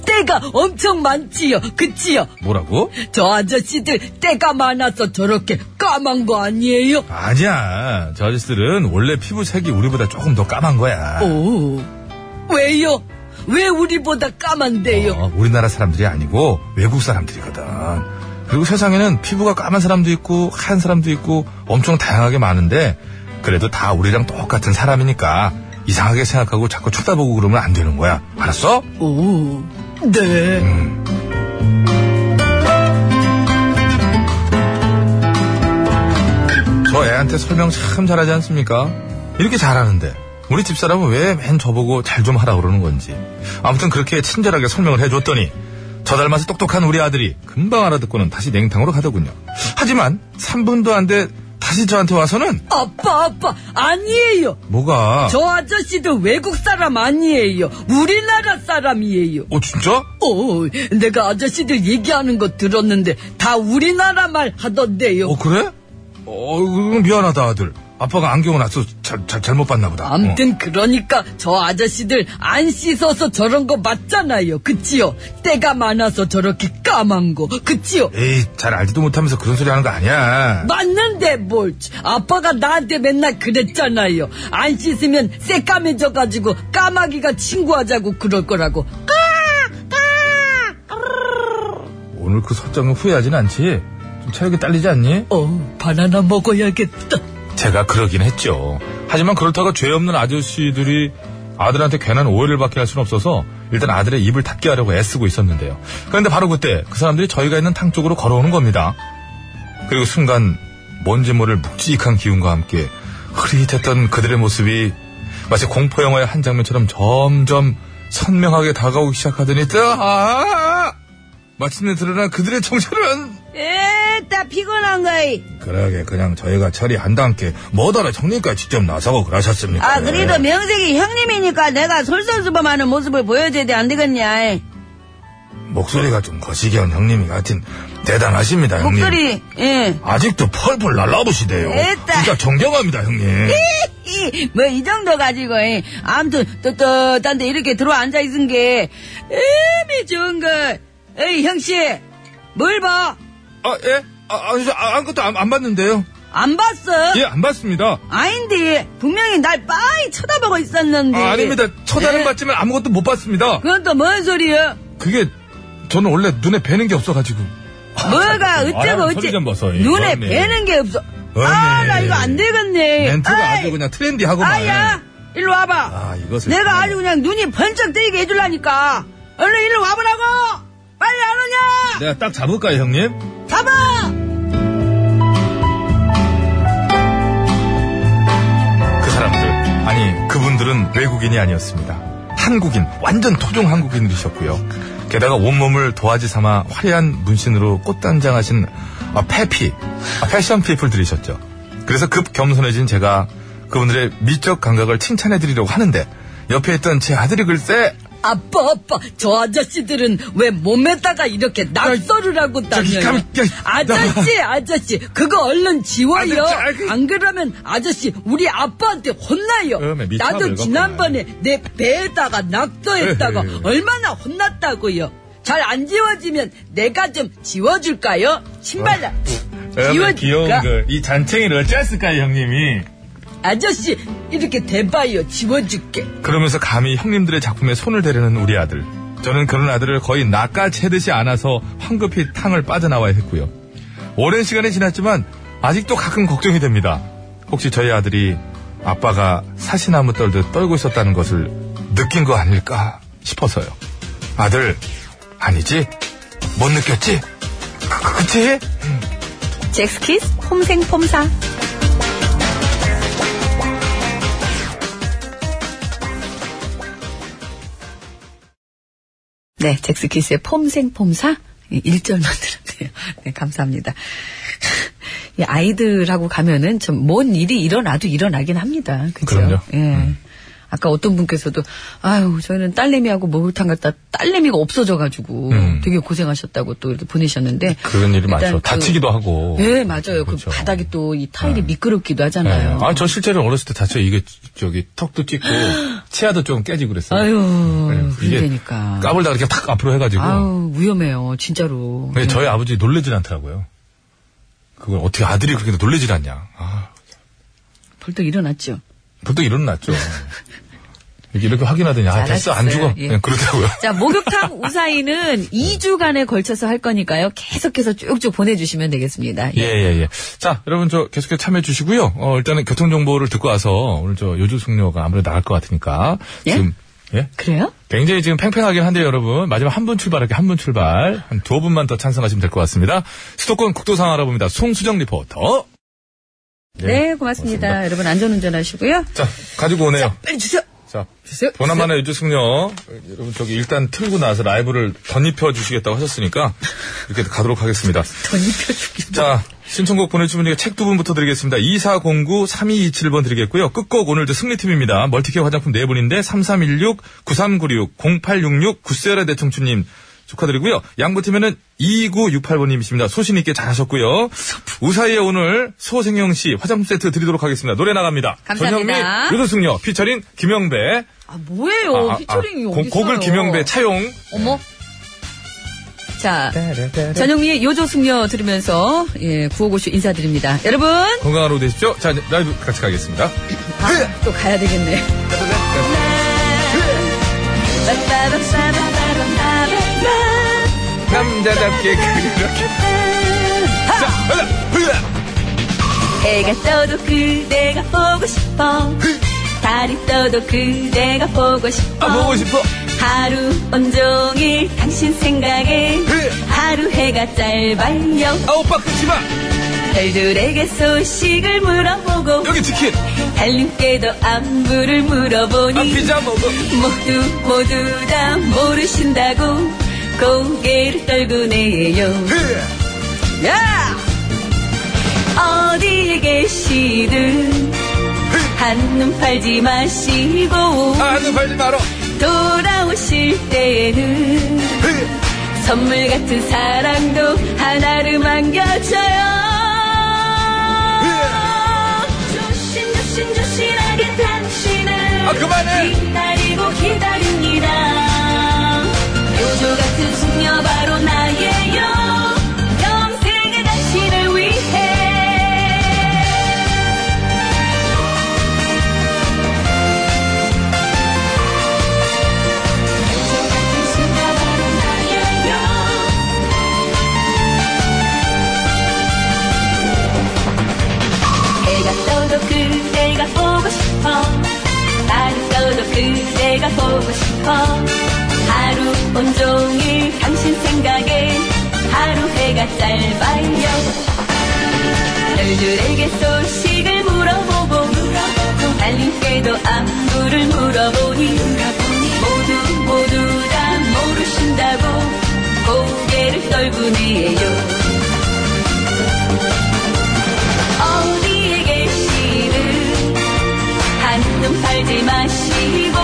[SPEAKER 10] 때가 엄청 많지요, 그치요?
[SPEAKER 11] 뭐라고?
[SPEAKER 10] 저 아저씨들 때가 많아서 저렇게 까만 거 아니에요?
[SPEAKER 11] 아니야. 저 아저씨들은 원래 피부색이 우리보다 조금 더 까만 거야.
[SPEAKER 2] 어,
[SPEAKER 10] 오, 왜요? 왜 우리보다 까만데요?
[SPEAKER 11] 어, 우리나라 사람들이 아니고 외국 사람들이거든. 그리고 세상에는 피부가 까만 사람도 있고 하얀 사람도 있고 엄청 다양하게 많은데 그래도 다 우리랑 똑같은 사람이니까 이상하게 생각하고 자꾸 쳐다보고 그러면 안 되는 거야. 알았어?
[SPEAKER 10] 오, 네.
[SPEAKER 11] 저 애한테 설명 참 잘하지 않습니까? 이렇게 잘하는데 우리 집사람은 왜 맨 저보고 잘 좀 하라 그러는 건지 아무튼 그렇게 친절하게 설명을 해줬더니 저 닮아서 똑똑한 우리 아들이 금방 알아듣고는 다시 냉탕으로 가더군요 하지만 3분도 안 돼 다시 저한테 와서는
[SPEAKER 10] 아빠, 아빠, 아니에요.
[SPEAKER 11] 뭐가
[SPEAKER 10] 저 아저씨들 외국 사람 아니에요. 우리나라 사람이에요.
[SPEAKER 11] 어 진짜?
[SPEAKER 10] 오, 내가 아저씨들 얘기하는 거 들었는데 다 우리나라 말 하던데요.
[SPEAKER 11] 어 그래? 어 이거 미안하다 아들 아빠가 안경을 안 써서 잘, 잘, 잘못 봤나 보다 어.
[SPEAKER 10] 암튼 그러니까 저 아저씨들 안 씻어서 저런 거 맞잖아요. 그치요? 때가 많아서 저렇게 까만 거. 그치요?
[SPEAKER 11] 어. 에이 잘 알지도 못하면서 그런 소리 하는 거 아니야
[SPEAKER 10] 맞는데 뭘. 아빠가 나한테 맨날 그랬잖아요. 안 씻으면 새까매져가지고 까마귀가 친구하자고 그럴 거라고.
[SPEAKER 11] 오늘 그 설정은 후회하진 않지? 좀 체력이 딸리지 않니?
[SPEAKER 10] 어, 바나나 먹어야겠다.
[SPEAKER 11] 제가 그러긴 했죠. 하지만 그렇다고 죄 없는 아저씨들이 아들한테 괜한 오해를 받게 할 수는 없어서 일단 그 아들의 입을 닫게 하려고 애쓰고 있었는데요. 그런데 바로 그때 그 사람들이 저희가 있는 탕 쪽으로 걸어오는 겁니다. 그리고 순간 뭔지 모를 묵직한 기운과 함께 흐릿했던 그들의 모습이 마치 공포 영화의 한 장면처럼 점점 선명하게 다가오기 시작하더니 뜨아 마침내 드러난 그들의 정체는
[SPEAKER 4] 에따 피곤한 거이.
[SPEAKER 11] 그러게 그냥 저희가 처리한다 함께 뭐더라 형님까 직접 나서고 그러셨습니까?
[SPEAKER 4] 아 그래도 명색이 형님이니까 내가 솔선수범하는 모습을 보여줘야 돼 안 되겠냐?
[SPEAKER 11] 목소리가 좀 거시기한 형님이 같은 대단하십니다 형님.
[SPEAKER 4] 목소리 예.
[SPEAKER 11] 아직도 펄펄 날라보시대요.
[SPEAKER 4] 됐다.
[SPEAKER 11] 진짜 존경합니다
[SPEAKER 4] 예.
[SPEAKER 11] 형님.
[SPEAKER 4] 뭐 이 정도 가지고 예. 아무튼 떳떳한데 이렇게 들어 앉아 있은 게 에미 좋은 거. 에이 형씨 뭘 봐?
[SPEAKER 11] 아 예? 아, 아니, 저, 아, 아무것도 안, 안 봤는데요.
[SPEAKER 4] 안 봤어?
[SPEAKER 11] 예, 안 봤습니다.
[SPEAKER 4] 아닌데 분명히 날 빤히 쳐다보고 있었는데.
[SPEAKER 11] 아, 닙니다 쳐다는
[SPEAKER 4] 예.
[SPEAKER 11] 봤지만 아무것도 못 봤습니다.
[SPEAKER 4] 그건 또 뭔 소리야?
[SPEAKER 11] 그게 저는 원래 눈에 뵈는 게 없어가지고.
[SPEAKER 4] 뭐가 어쩌고
[SPEAKER 11] 아, 아유,
[SPEAKER 4] 어째
[SPEAKER 11] 소리 좀 벗어, 이.
[SPEAKER 4] 눈에
[SPEAKER 11] 그렇네.
[SPEAKER 4] 뵈는 게 없어. 아,
[SPEAKER 11] 그렇네.
[SPEAKER 4] 나 이거 안 되겠네.
[SPEAKER 11] 멘트가
[SPEAKER 4] 예. 아이,
[SPEAKER 11] 아주 그냥 트렌디하고만.
[SPEAKER 4] 아야, 일로 와봐. 네.
[SPEAKER 11] 아, 이것을.
[SPEAKER 4] 내가 아주 그냥 눈이 번쩍 뜨이게 해줄라니까.
[SPEAKER 10] 얼른 일로 와보라고! 빨리 안 오냐!
[SPEAKER 11] 내가 딱 잡을까요, 형님?
[SPEAKER 10] 잡아!
[SPEAKER 11] 그 사람들 아니 그분들은 외국인이 아니었습니다. 한국인 완전 토종 한국인이셨고요. 게다가 온몸을 도화지 삼아 화려한 문신으로 꽃단장하신 아, 패피 아, 패션 피플들이셨죠. 그래서 급 겸손해진 제가 그분들의 미적 감각을 칭찬해드리려고 하는데 옆에 있던 제 아들이 글쎄
[SPEAKER 2] 아빠, 아빠, 저 아저씨들은 왜 몸에다가 이렇게 낙서를 하고 다녀요?
[SPEAKER 11] 깜- 야,
[SPEAKER 2] 아저씨, 아저씨, 그거 얼른 지워요.
[SPEAKER 11] 아저씨, 아이,
[SPEAKER 2] 안 그러면 아저씨, 우리 아빠한테 혼나요.
[SPEAKER 11] 그러면 미쳐가
[SPEAKER 2] 나도
[SPEAKER 11] 늙었구나.
[SPEAKER 2] 지난번에 내 배에다가 낙서했다가
[SPEAKER 11] 에헤이.
[SPEAKER 2] 얼마나 혼났다고요. 잘 안 지워지면 내가 좀 지워줄까요? 신발 나
[SPEAKER 11] 여러분, 어, 귀여운
[SPEAKER 2] 지워줄까?
[SPEAKER 11] 그 이 잔챙이를 어찌했을까요 형님이
[SPEAKER 2] 아저씨, 이렇게 대봐요. 지워줄게.
[SPEAKER 11] 그러면서 감히 형님들의 작품에 손을 대려는 우리 아들. 저는 그런 아들을 거의 낚아채듯이 안아서 황급히 탕을 빠져나와야 했고요. 오랜 시간이 지났지만 아직도 가끔 걱정이 됩니다. 혹시 저희 아들이 아빠가 사시나무 떨듯 떨고 있었다는 것을 느낀 거 아닐까 싶어서요. 아들, 아니지? 못 느꼈지? 그, 그, 그치?
[SPEAKER 4] 잭스키스 폼생폼사
[SPEAKER 2] 네, 잭스키스의 폼생폼사 1절만 들었네요. (laughs) 네, 감사합니다. (laughs) 이 아이들하고 가면은 참 뭔 일이 일어나도 일어나긴 합니다. 그죠?
[SPEAKER 11] 그럼요.
[SPEAKER 2] 예.
[SPEAKER 11] 음.
[SPEAKER 2] 아까 어떤 분께서도 아유 저희는 딸내미하고 목욕탕 갔다 딸내미가 없어져가지고
[SPEAKER 11] 음.
[SPEAKER 2] 되게 고생하셨다고 또 이렇게 보내셨는데
[SPEAKER 11] 그런 일이
[SPEAKER 2] 일단
[SPEAKER 11] 많죠.
[SPEAKER 2] 그-
[SPEAKER 11] 다치기도 하고.
[SPEAKER 2] 예 맞아요 그
[SPEAKER 11] 그렇죠.
[SPEAKER 2] 바닥이 또 이 타일이 미끄럽기도 하잖아요
[SPEAKER 11] 아, 저 실제로 어렸을 때 다쳐 이게 저기 턱도
[SPEAKER 2] (gasps)
[SPEAKER 11] 찢고 치아도 좀 깨지고 그랬어요.
[SPEAKER 2] 아유
[SPEAKER 11] 네, 이게
[SPEAKER 2] 그러니까
[SPEAKER 11] 까불다 이렇게 탁 앞으로 해가지고.
[SPEAKER 2] 아유 위험해요 진짜로 네,
[SPEAKER 11] 근데 네, 저희 아버지 놀래질 않더라고요. 그걸 어떻게 아들이 그렇게 놀래질 않냐. 아,
[SPEAKER 2] 벌떡 일어났죠
[SPEAKER 11] 보통
[SPEAKER 2] (laughs)
[SPEAKER 11] 일어났죠. 이렇게, 이렇게 확인하더니, 아, 됐어, 안
[SPEAKER 2] 잘하셨어요.
[SPEAKER 11] 죽어.
[SPEAKER 2] 예.
[SPEAKER 11] 그냥 그러더라고요.
[SPEAKER 2] (laughs) 자,
[SPEAKER 11] (laughs)
[SPEAKER 2] 목욕탕 우사이는 2주간에 걸쳐서 할 거니까요. 계속해서 쭉쭉 보내주시면 되겠습니다.
[SPEAKER 11] 예, 예, 예. 자, 여러분, 저 계속해서 참여해주시고요. 어, 일단은 교통정보를 듣고 와서, 오늘 저 요조숙녀가 아무래도 나갈 것 같으니까.
[SPEAKER 2] 예?
[SPEAKER 11] 지금, 예?
[SPEAKER 2] 그래요?
[SPEAKER 11] 굉장히 지금 팽팽하긴 한데요, 여러분. 마지막 한 분 출발할게요. 한 분 출발. 한 두 분만 더 찬성하시면 될 것 같습니다. 수도권 국도 상황 알아봅니다. 송수정 리포터. 예.
[SPEAKER 2] 네, 고맙습니다. 여러분 안전운전 하시고요.
[SPEAKER 11] 자, 가지고 오네요.
[SPEAKER 2] 빨리 주세요.
[SPEAKER 11] 자,
[SPEAKER 2] 주세요.
[SPEAKER 11] 보나마나 유주승려 여러분 저기 일단 틀고 나서 라이브를 덧입혀 주시겠다고 하셨으니까 이렇게 가도록 하겠습니다.
[SPEAKER 2] (laughs) 덧입혀 주기.
[SPEAKER 11] 자, 신청곡 보내주신 분에게 책 두 분부터 드리겠습니다. 2409-3227번 드리겠고요. 끝곡 오늘도 승리팀입니다. 멀티케어 화장품 네 분인데 3316-9396-0866-구세라 대청춘님 축하드리고요. 양보팀에는 2968번님이십니다. 소신있게 잘하셨고요. 우사히에 오늘 소생영 씨 화장품 세트 드리도록 하겠습니다. 노래 나갑니다.
[SPEAKER 2] 감사합니다.
[SPEAKER 11] 전영미, 유도승려, 피처링 김영배.
[SPEAKER 2] 아, 뭐예요?
[SPEAKER 11] 아, 아,
[SPEAKER 2] 피처링이
[SPEAKER 11] 아,
[SPEAKER 2] 어디 있어요?
[SPEAKER 11] 곡을 김영배 차용. 네.
[SPEAKER 2] 어머. 자, 전영미의 요조승려 들으면서 예, 구호고쇼 인사드립니다. 여러분,
[SPEAKER 11] 건강한 오후 되십시오. 자, 이제 라이브 같이 가겠습니다.
[SPEAKER 2] 아, 또 가야 되겠네.
[SPEAKER 11] 남자답게 그렇게. 자, 가자. 흐야.
[SPEAKER 4] 해가 떠도 그대가 보고 싶어 달이 떠도 그대가 보고 싶어
[SPEAKER 11] 아, 보고 싶어.
[SPEAKER 4] 하루 온종일 당신 생각에 하루 해가 짧아요
[SPEAKER 11] 아, 오빠 끊지 마.
[SPEAKER 4] 별들에게 소식을 물어보고
[SPEAKER 11] 아. 여기 치킨.
[SPEAKER 4] 달님께도 안부를 물어보니
[SPEAKER 11] 아, 피자 먹어.
[SPEAKER 4] 모두 모두 다 모르신다고 고개를 떨고 내요
[SPEAKER 11] 예.
[SPEAKER 4] 야! 어디에 계시든 한눈 팔지 마시고
[SPEAKER 11] 아, 눈 팔지 마라.
[SPEAKER 4] 돌아오실 때에는 선물 같은 사랑도 하나를 안겨줘요 조심 조심 조심하게 당신을
[SPEAKER 11] 아, 그만해.
[SPEAKER 4] 기다리고 기다립니다 요조 같은 숙녀 바로 나예요 평생의 당신을 위해 요조 같은 숙녀 바로 나예요 해가 떠도 그대가 보고 싶어 달이 떠도 그대가 보고 싶어 하루
[SPEAKER 2] 온종일 당신 생각에 하루 해가 짧아요 별들에게 소식을 물어보고 물어보고 달림새도 안부를 물어보니 모두 모두 다 모르신다고 고개를 떨구네요 어디에 계시든 한눈 팔지 마시고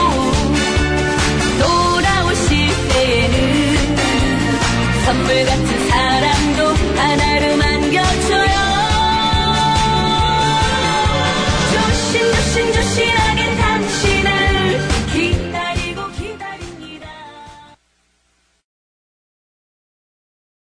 [SPEAKER 2] 돌아오실 때는 선물 같은 사랑도 하나로 안겨줘요